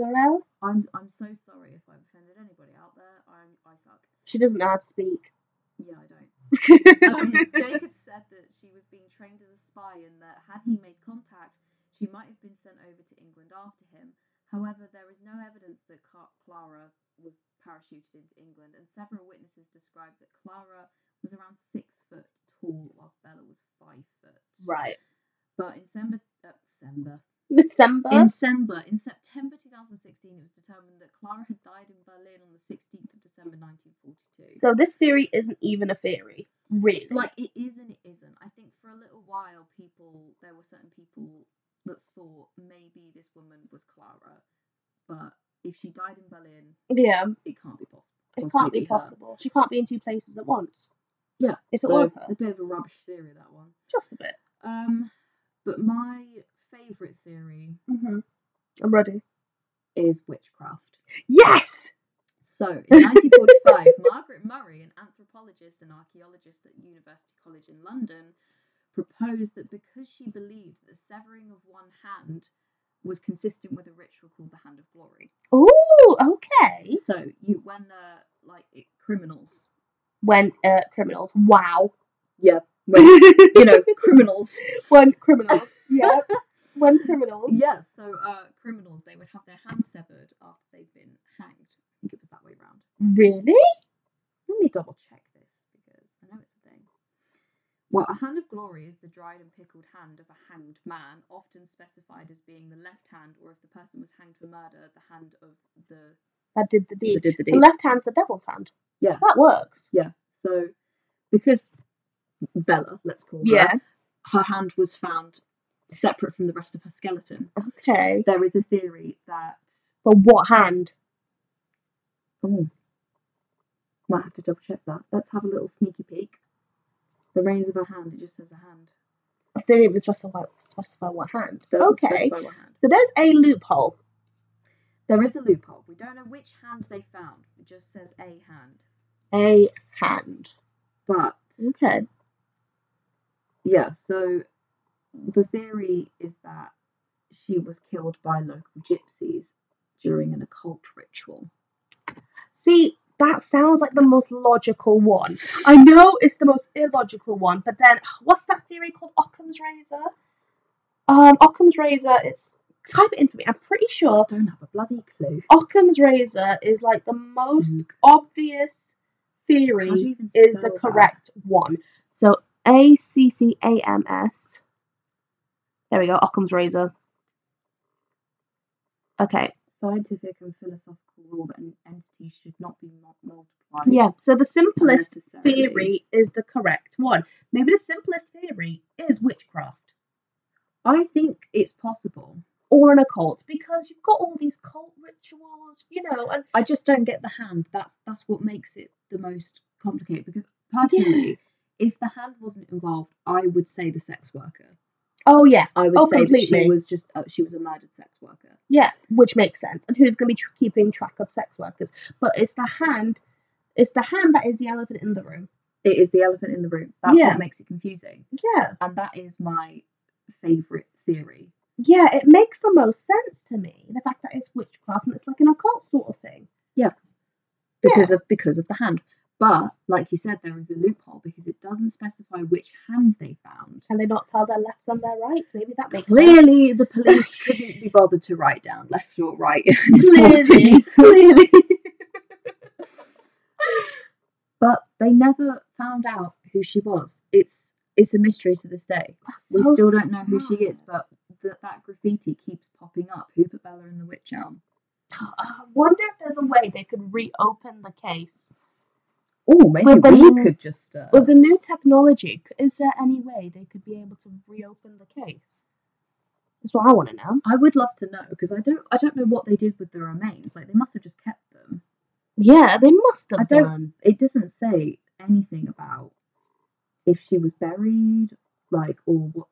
Speaker 1: Laurel.
Speaker 2: I'm, I'm so sorry if I've offended anybody out there. I'm, I suck.
Speaker 1: She doesn't know how to speak.
Speaker 2: Yeah, I don't. um, Jacob said that she was being trained as a spy and that had he made contact, she might have been sent over to England after him. However, there is no evidence that Ca- Clara was parachuted into England, and several witnesses described that Clara was around six foot tall, whilst Bella was five foot.
Speaker 1: right.
Speaker 2: But in December, uh, December,
Speaker 1: December.
Speaker 2: in December, in September 2016, it was determined that Clara had died in Berlin on the 16th of December 1942
Speaker 1: so this theory isn't even a theory. Really.
Speaker 2: like it is and it isn't. I think for a little while, people there were certain people that thought maybe this woman was Clara, but if she died in Berlin,
Speaker 1: Yeah.
Speaker 2: it can't be possible.
Speaker 1: It can't be possible. She can't be in two places at once.
Speaker 2: Yeah,
Speaker 1: If
Speaker 2: so
Speaker 1: it was her.
Speaker 2: a bit of a rubbish theory that one.
Speaker 1: Just a bit.
Speaker 2: Um, but my favourite theory
Speaker 1: Mm-hmm. I'm ready.
Speaker 2: is witchcraft.
Speaker 1: Yes.
Speaker 2: So, in 1945, Margaret Murray, an anthropologist and archaeologist at University College in London, proposed that because she believed that the severing of one hand was consistent with a ritual called the Hand of Glory.
Speaker 1: Oh, okay.
Speaker 2: So, you when uh, like it, criminals,
Speaker 1: When uh, criminals. Wow.
Speaker 2: yeah, when you know criminals,
Speaker 1: when criminals. Yeah. When criminals.
Speaker 2: yeah. So, uh, criminals they would have their hands severed after they'd been hanged. I think it was that way round.
Speaker 1: Really?
Speaker 2: Let me double check this because I know it's a thing. Well, a hand of glory is the dried and pickled hand of a hanged man, often specified as being the left hand, or if the person was hanged for murder, the hand of the
Speaker 1: That did the deed.
Speaker 2: that did the
Speaker 1: The left hand's the devil's hand.
Speaker 2: Yeah.
Speaker 1: So that works.
Speaker 2: Yeah. So, because Bella, let's call her, her hand was found separate from the rest of her skeleton.
Speaker 1: Okay.
Speaker 2: There is a theory that
Speaker 1: But what hand?
Speaker 2: oh, might have to double check that. Let's have a little sneaky peek. The reins of her hand. It just says a hand.
Speaker 1: I said it was specify, specify what hand.
Speaker 2: Doesn't
Speaker 1: okay.
Speaker 2: specify what hand.
Speaker 1: So there's a loophole. There is a loophole.
Speaker 2: We don't know which hand they found. It just says a hand.
Speaker 1: A hand.
Speaker 2: But
Speaker 1: Okay.
Speaker 2: yeah, so the theory is that she was killed by local gypsies during an occult ritual.
Speaker 1: See, that sounds like the most logical one. I know it's the most illogical one, but then what's that theory called? Occam's razor. Um, Occam's razor. It's type it in for me. I'm pretty sure
Speaker 2: I don't have a bloody clue.
Speaker 1: Occam's razor is like the most obvious
Speaker 2: Mm. How
Speaker 1: theory
Speaker 2: do you even
Speaker 1: is the
Speaker 2: spell that?
Speaker 1: correct one. So A C C A M S. There we go, Occam's razor. Okay.
Speaker 2: scientific and philosophical rule that an entity should not be mul- multiplied.
Speaker 1: Yeah. So the simplest
Speaker 2: unnecessarily.
Speaker 1: theory is the correct one. Maybe the simplest theory is witchcraft
Speaker 2: I think it's possible.
Speaker 1: or an occult because you've got all these cult rituals, you know, and
Speaker 2: I just don't get the hand. That's that's what makes it the most complicated because personally, if the hand wasn't involved, I would say the sex worker.
Speaker 1: oh yeah,
Speaker 2: I would
Speaker 1: Oh,
Speaker 2: say that
Speaker 1: completely.
Speaker 2: she was just uh, she was a murdered sex worker.
Speaker 1: Yeah, which makes sense. And who's going to be tr- keeping track of sex workers? But it's the hand, it's the hand that is the elephant in the room.
Speaker 2: It is the elephant in the room. That's
Speaker 1: Yeah.
Speaker 2: what makes it confusing,
Speaker 1: Yeah,
Speaker 2: and that is my favorite theory.
Speaker 1: yeah, it makes the most sense to me. The fact that it's witchcraft and it's like an occult sort of thing.
Speaker 2: because of because of the hand. But like you said, there is a loophole because it doesn't specify which hand they found.
Speaker 1: Can they not tell their lefts and their rights? Maybe that makes sense.
Speaker 2: Clearly, the police couldn't be bothered to write down left or right. in the
Speaker 1: Clearly,
Speaker 2: 40s.
Speaker 1: clearly.
Speaker 2: but they never found out who she was. It's it's a mystery to this day. We
Speaker 1: So
Speaker 2: still don't know who she is,
Speaker 1: sad.
Speaker 2: but th- that graffiti keeps popping up. Who put Bella in the witch elm?
Speaker 1: I wonder if there's a way they could reopen the case.
Speaker 2: Oh, maybe
Speaker 1: Well, then-
Speaker 2: we could just. Uh,
Speaker 1: With the new technology, c- is there any way they could be able to reopen the case? That's what I want to know.
Speaker 2: I would love to know because I don't. I don't know what they did with the remains. Like they must have just kept them.
Speaker 1: Yeah, they must have
Speaker 2: I don't-
Speaker 1: done.
Speaker 2: it doesn't say anything about if she was buried, like, or what.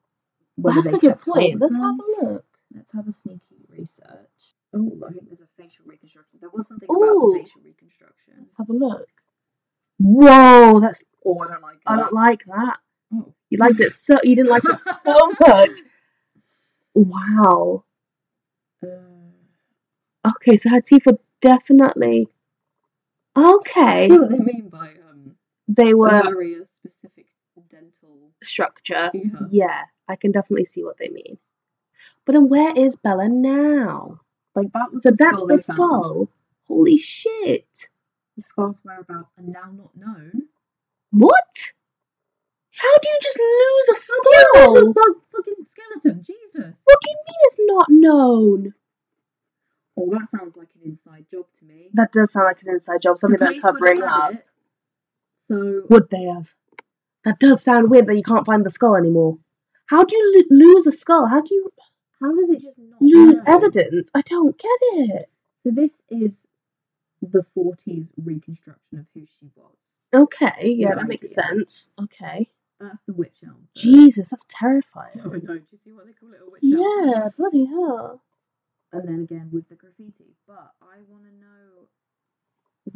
Speaker 2: Whether
Speaker 1: That's
Speaker 2: they
Speaker 1: a good
Speaker 2: kept hold
Speaker 1: point.
Speaker 2: of
Speaker 1: Let's
Speaker 2: them.
Speaker 1: have a look.
Speaker 2: Let's have a sneaky research. Oh, I think there's a facial reconstruction. There was something
Speaker 1: Ooh.
Speaker 2: about the facial reconstruction.
Speaker 1: Let's have a look.
Speaker 2: Whoa, that's. Oh, I don't like
Speaker 1: I don't like that.
Speaker 2: Oh.
Speaker 1: You liked it so you didn't like it so much. Wow.
Speaker 2: Uh,
Speaker 1: Okay, so her teeth were definitely okay.
Speaker 2: see what they mean by um,
Speaker 1: They were
Speaker 2: various specific dental.
Speaker 1: structure.
Speaker 2: Yeah.
Speaker 1: Yeah, I can definitely see what they mean. But then where is Bella now?
Speaker 2: That was
Speaker 1: So
Speaker 2: the
Speaker 1: that's
Speaker 2: skull
Speaker 1: the
Speaker 2: they found.
Speaker 1: skull. Holy shit.
Speaker 2: The skull's whereabouts are now not known.
Speaker 1: What? How do you just lose a skull?
Speaker 2: Oh, there's a bug fucking skeleton. Jesus.
Speaker 1: What do you mean it's not known?
Speaker 2: Oh, that sounds like an inside job to me.
Speaker 1: That does sound like an inside job, something
Speaker 2: The
Speaker 1: they're
Speaker 2: police would
Speaker 1: covering
Speaker 2: have had
Speaker 1: up.
Speaker 2: it, So
Speaker 1: Would they have? That does sound weird that you can't find the skull anymore. How do you lo- lose a skull? How do you
Speaker 2: how does it just not
Speaker 1: lose
Speaker 2: know?
Speaker 1: evidence? I don't get it.
Speaker 2: So this is the 40s reconstruction of who she was.
Speaker 1: Okay, yeah,
Speaker 2: No
Speaker 1: that makes
Speaker 2: idea.
Speaker 1: sense. Okay.
Speaker 2: That's the witch elm. but-
Speaker 1: Jesus, that's
Speaker 2: Oh
Speaker 1: terrifying.
Speaker 2: no! Do you see what they call it? A witch elm.
Speaker 1: Yeah, bloody hell.
Speaker 2: And then again with the graffiti. But I want to know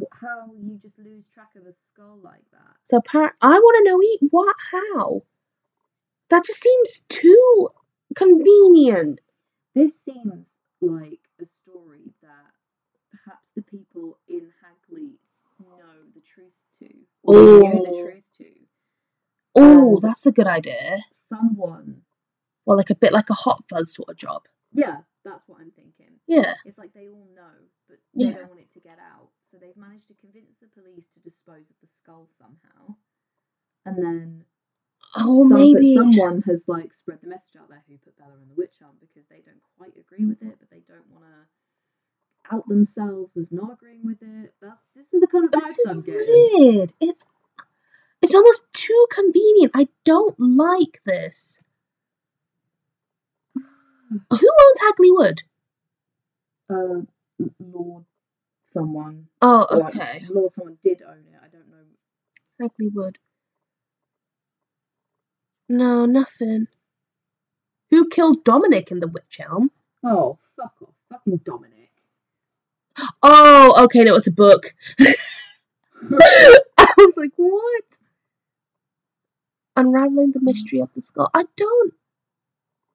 Speaker 2: wh- how you just lose track of a skull like that.
Speaker 1: So appar- I want to know eat what how. That just seems too convenient.
Speaker 2: This seems like a story that perhaps the people in Hagley know the truth to, or they knew the
Speaker 1: Oh.
Speaker 2: truth to.
Speaker 1: Oh,
Speaker 2: Um,
Speaker 1: that's a good idea.
Speaker 2: someone.
Speaker 1: Well, like a bit like a hot fuzz sort of job.
Speaker 2: Yeah, that's what I'm thinking.
Speaker 1: Yeah.
Speaker 2: It's like they all know, but they
Speaker 1: Yeah.
Speaker 2: don't want it to get out. So they've managed to convince the police to dispose of the skull somehow. And then
Speaker 1: Oh,
Speaker 2: some- but
Speaker 1: maybe.
Speaker 2: someone has like spread the message out there who put Bella in the witch hunt because they don't quite agree with it, but they don't want to out themselves as not agreeing with it. That's this is the kind of
Speaker 1: This
Speaker 2: vibes
Speaker 1: is
Speaker 2: I'm getting.
Speaker 1: weird. It's it's almost too convenient. I don't like this. Who owns Hagley Wood?
Speaker 2: Uh, Lord, someone.
Speaker 1: Oh,
Speaker 2: Well,
Speaker 1: okay.
Speaker 2: Lord, someone did own it. I don't know
Speaker 1: Hagley Wood. No, nothing. Who killed Dominic in the Witch Elm?
Speaker 2: Oh, fuck off. Fucking Dominic.
Speaker 1: oh, okay, no, it's a book. I was like, what? Unraveling the mystery of the skull. I don't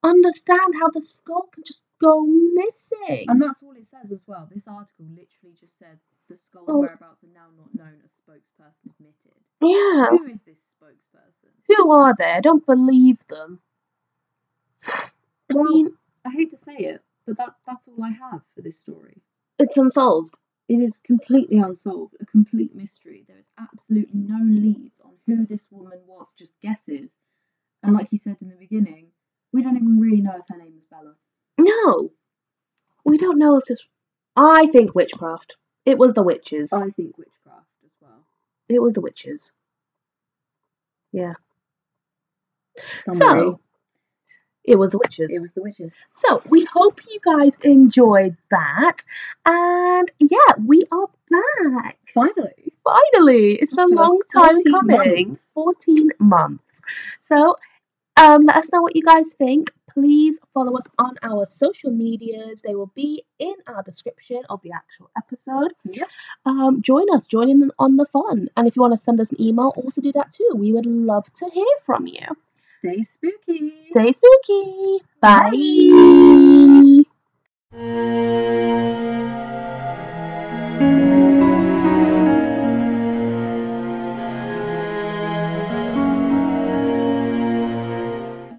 Speaker 1: understand how the skull can just go missing.
Speaker 2: And that's all it says as well. This article literally just said the skull's
Speaker 1: Oh.
Speaker 2: whereabouts are now not known as spokesperson admitted.
Speaker 1: yeah.
Speaker 2: Who is this spokesperson?
Speaker 1: Who are they? I don't believe them. I
Speaker 2: Well-
Speaker 1: mean,
Speaker 2: I hate to say it, but that, that's all I have for this story.
Speaker 1: it's unsolved.
Speaker 2: It is completely unsolved, a complete mystery. There is absolutely no leads on who this woman was, just guesses. And like he said in the beginning, we don't even really know if her name was Bella.
Speaker 1: No. We don't know if this. I think witchcraft. It was the witches.
Speaker 2: I think witchcraft as well.
Speaker 1: It was the witches.
Speaker 2: Summary,
Speaker 1: So, it was the witches.
Speaker 2: it was the witches.
Speaker 1: So, we hope you guys enjoyed that. And yeah, we are back.
Speaker 2: Finally.
Speaker 1: Finally, it's been a
Speaker 2: After
Speaker 1: long time
Speaker 2: 14
Speaker 1: coming.
Speaker 2: months.
Speaker 1: 14 months. So, um, let us know what you guys think. Please follow us on our social medias. They will be in our description of the actual episode.
Speaker 2: Yep.
Speaker 1: Um, join us, join in on the fun. And if you want to send us an email, also do that too. We would love to hear from you.
Speaker 2: Stay spooky.
Speaker 1: Stay spooky. Bye.
Speaker 2: Bye.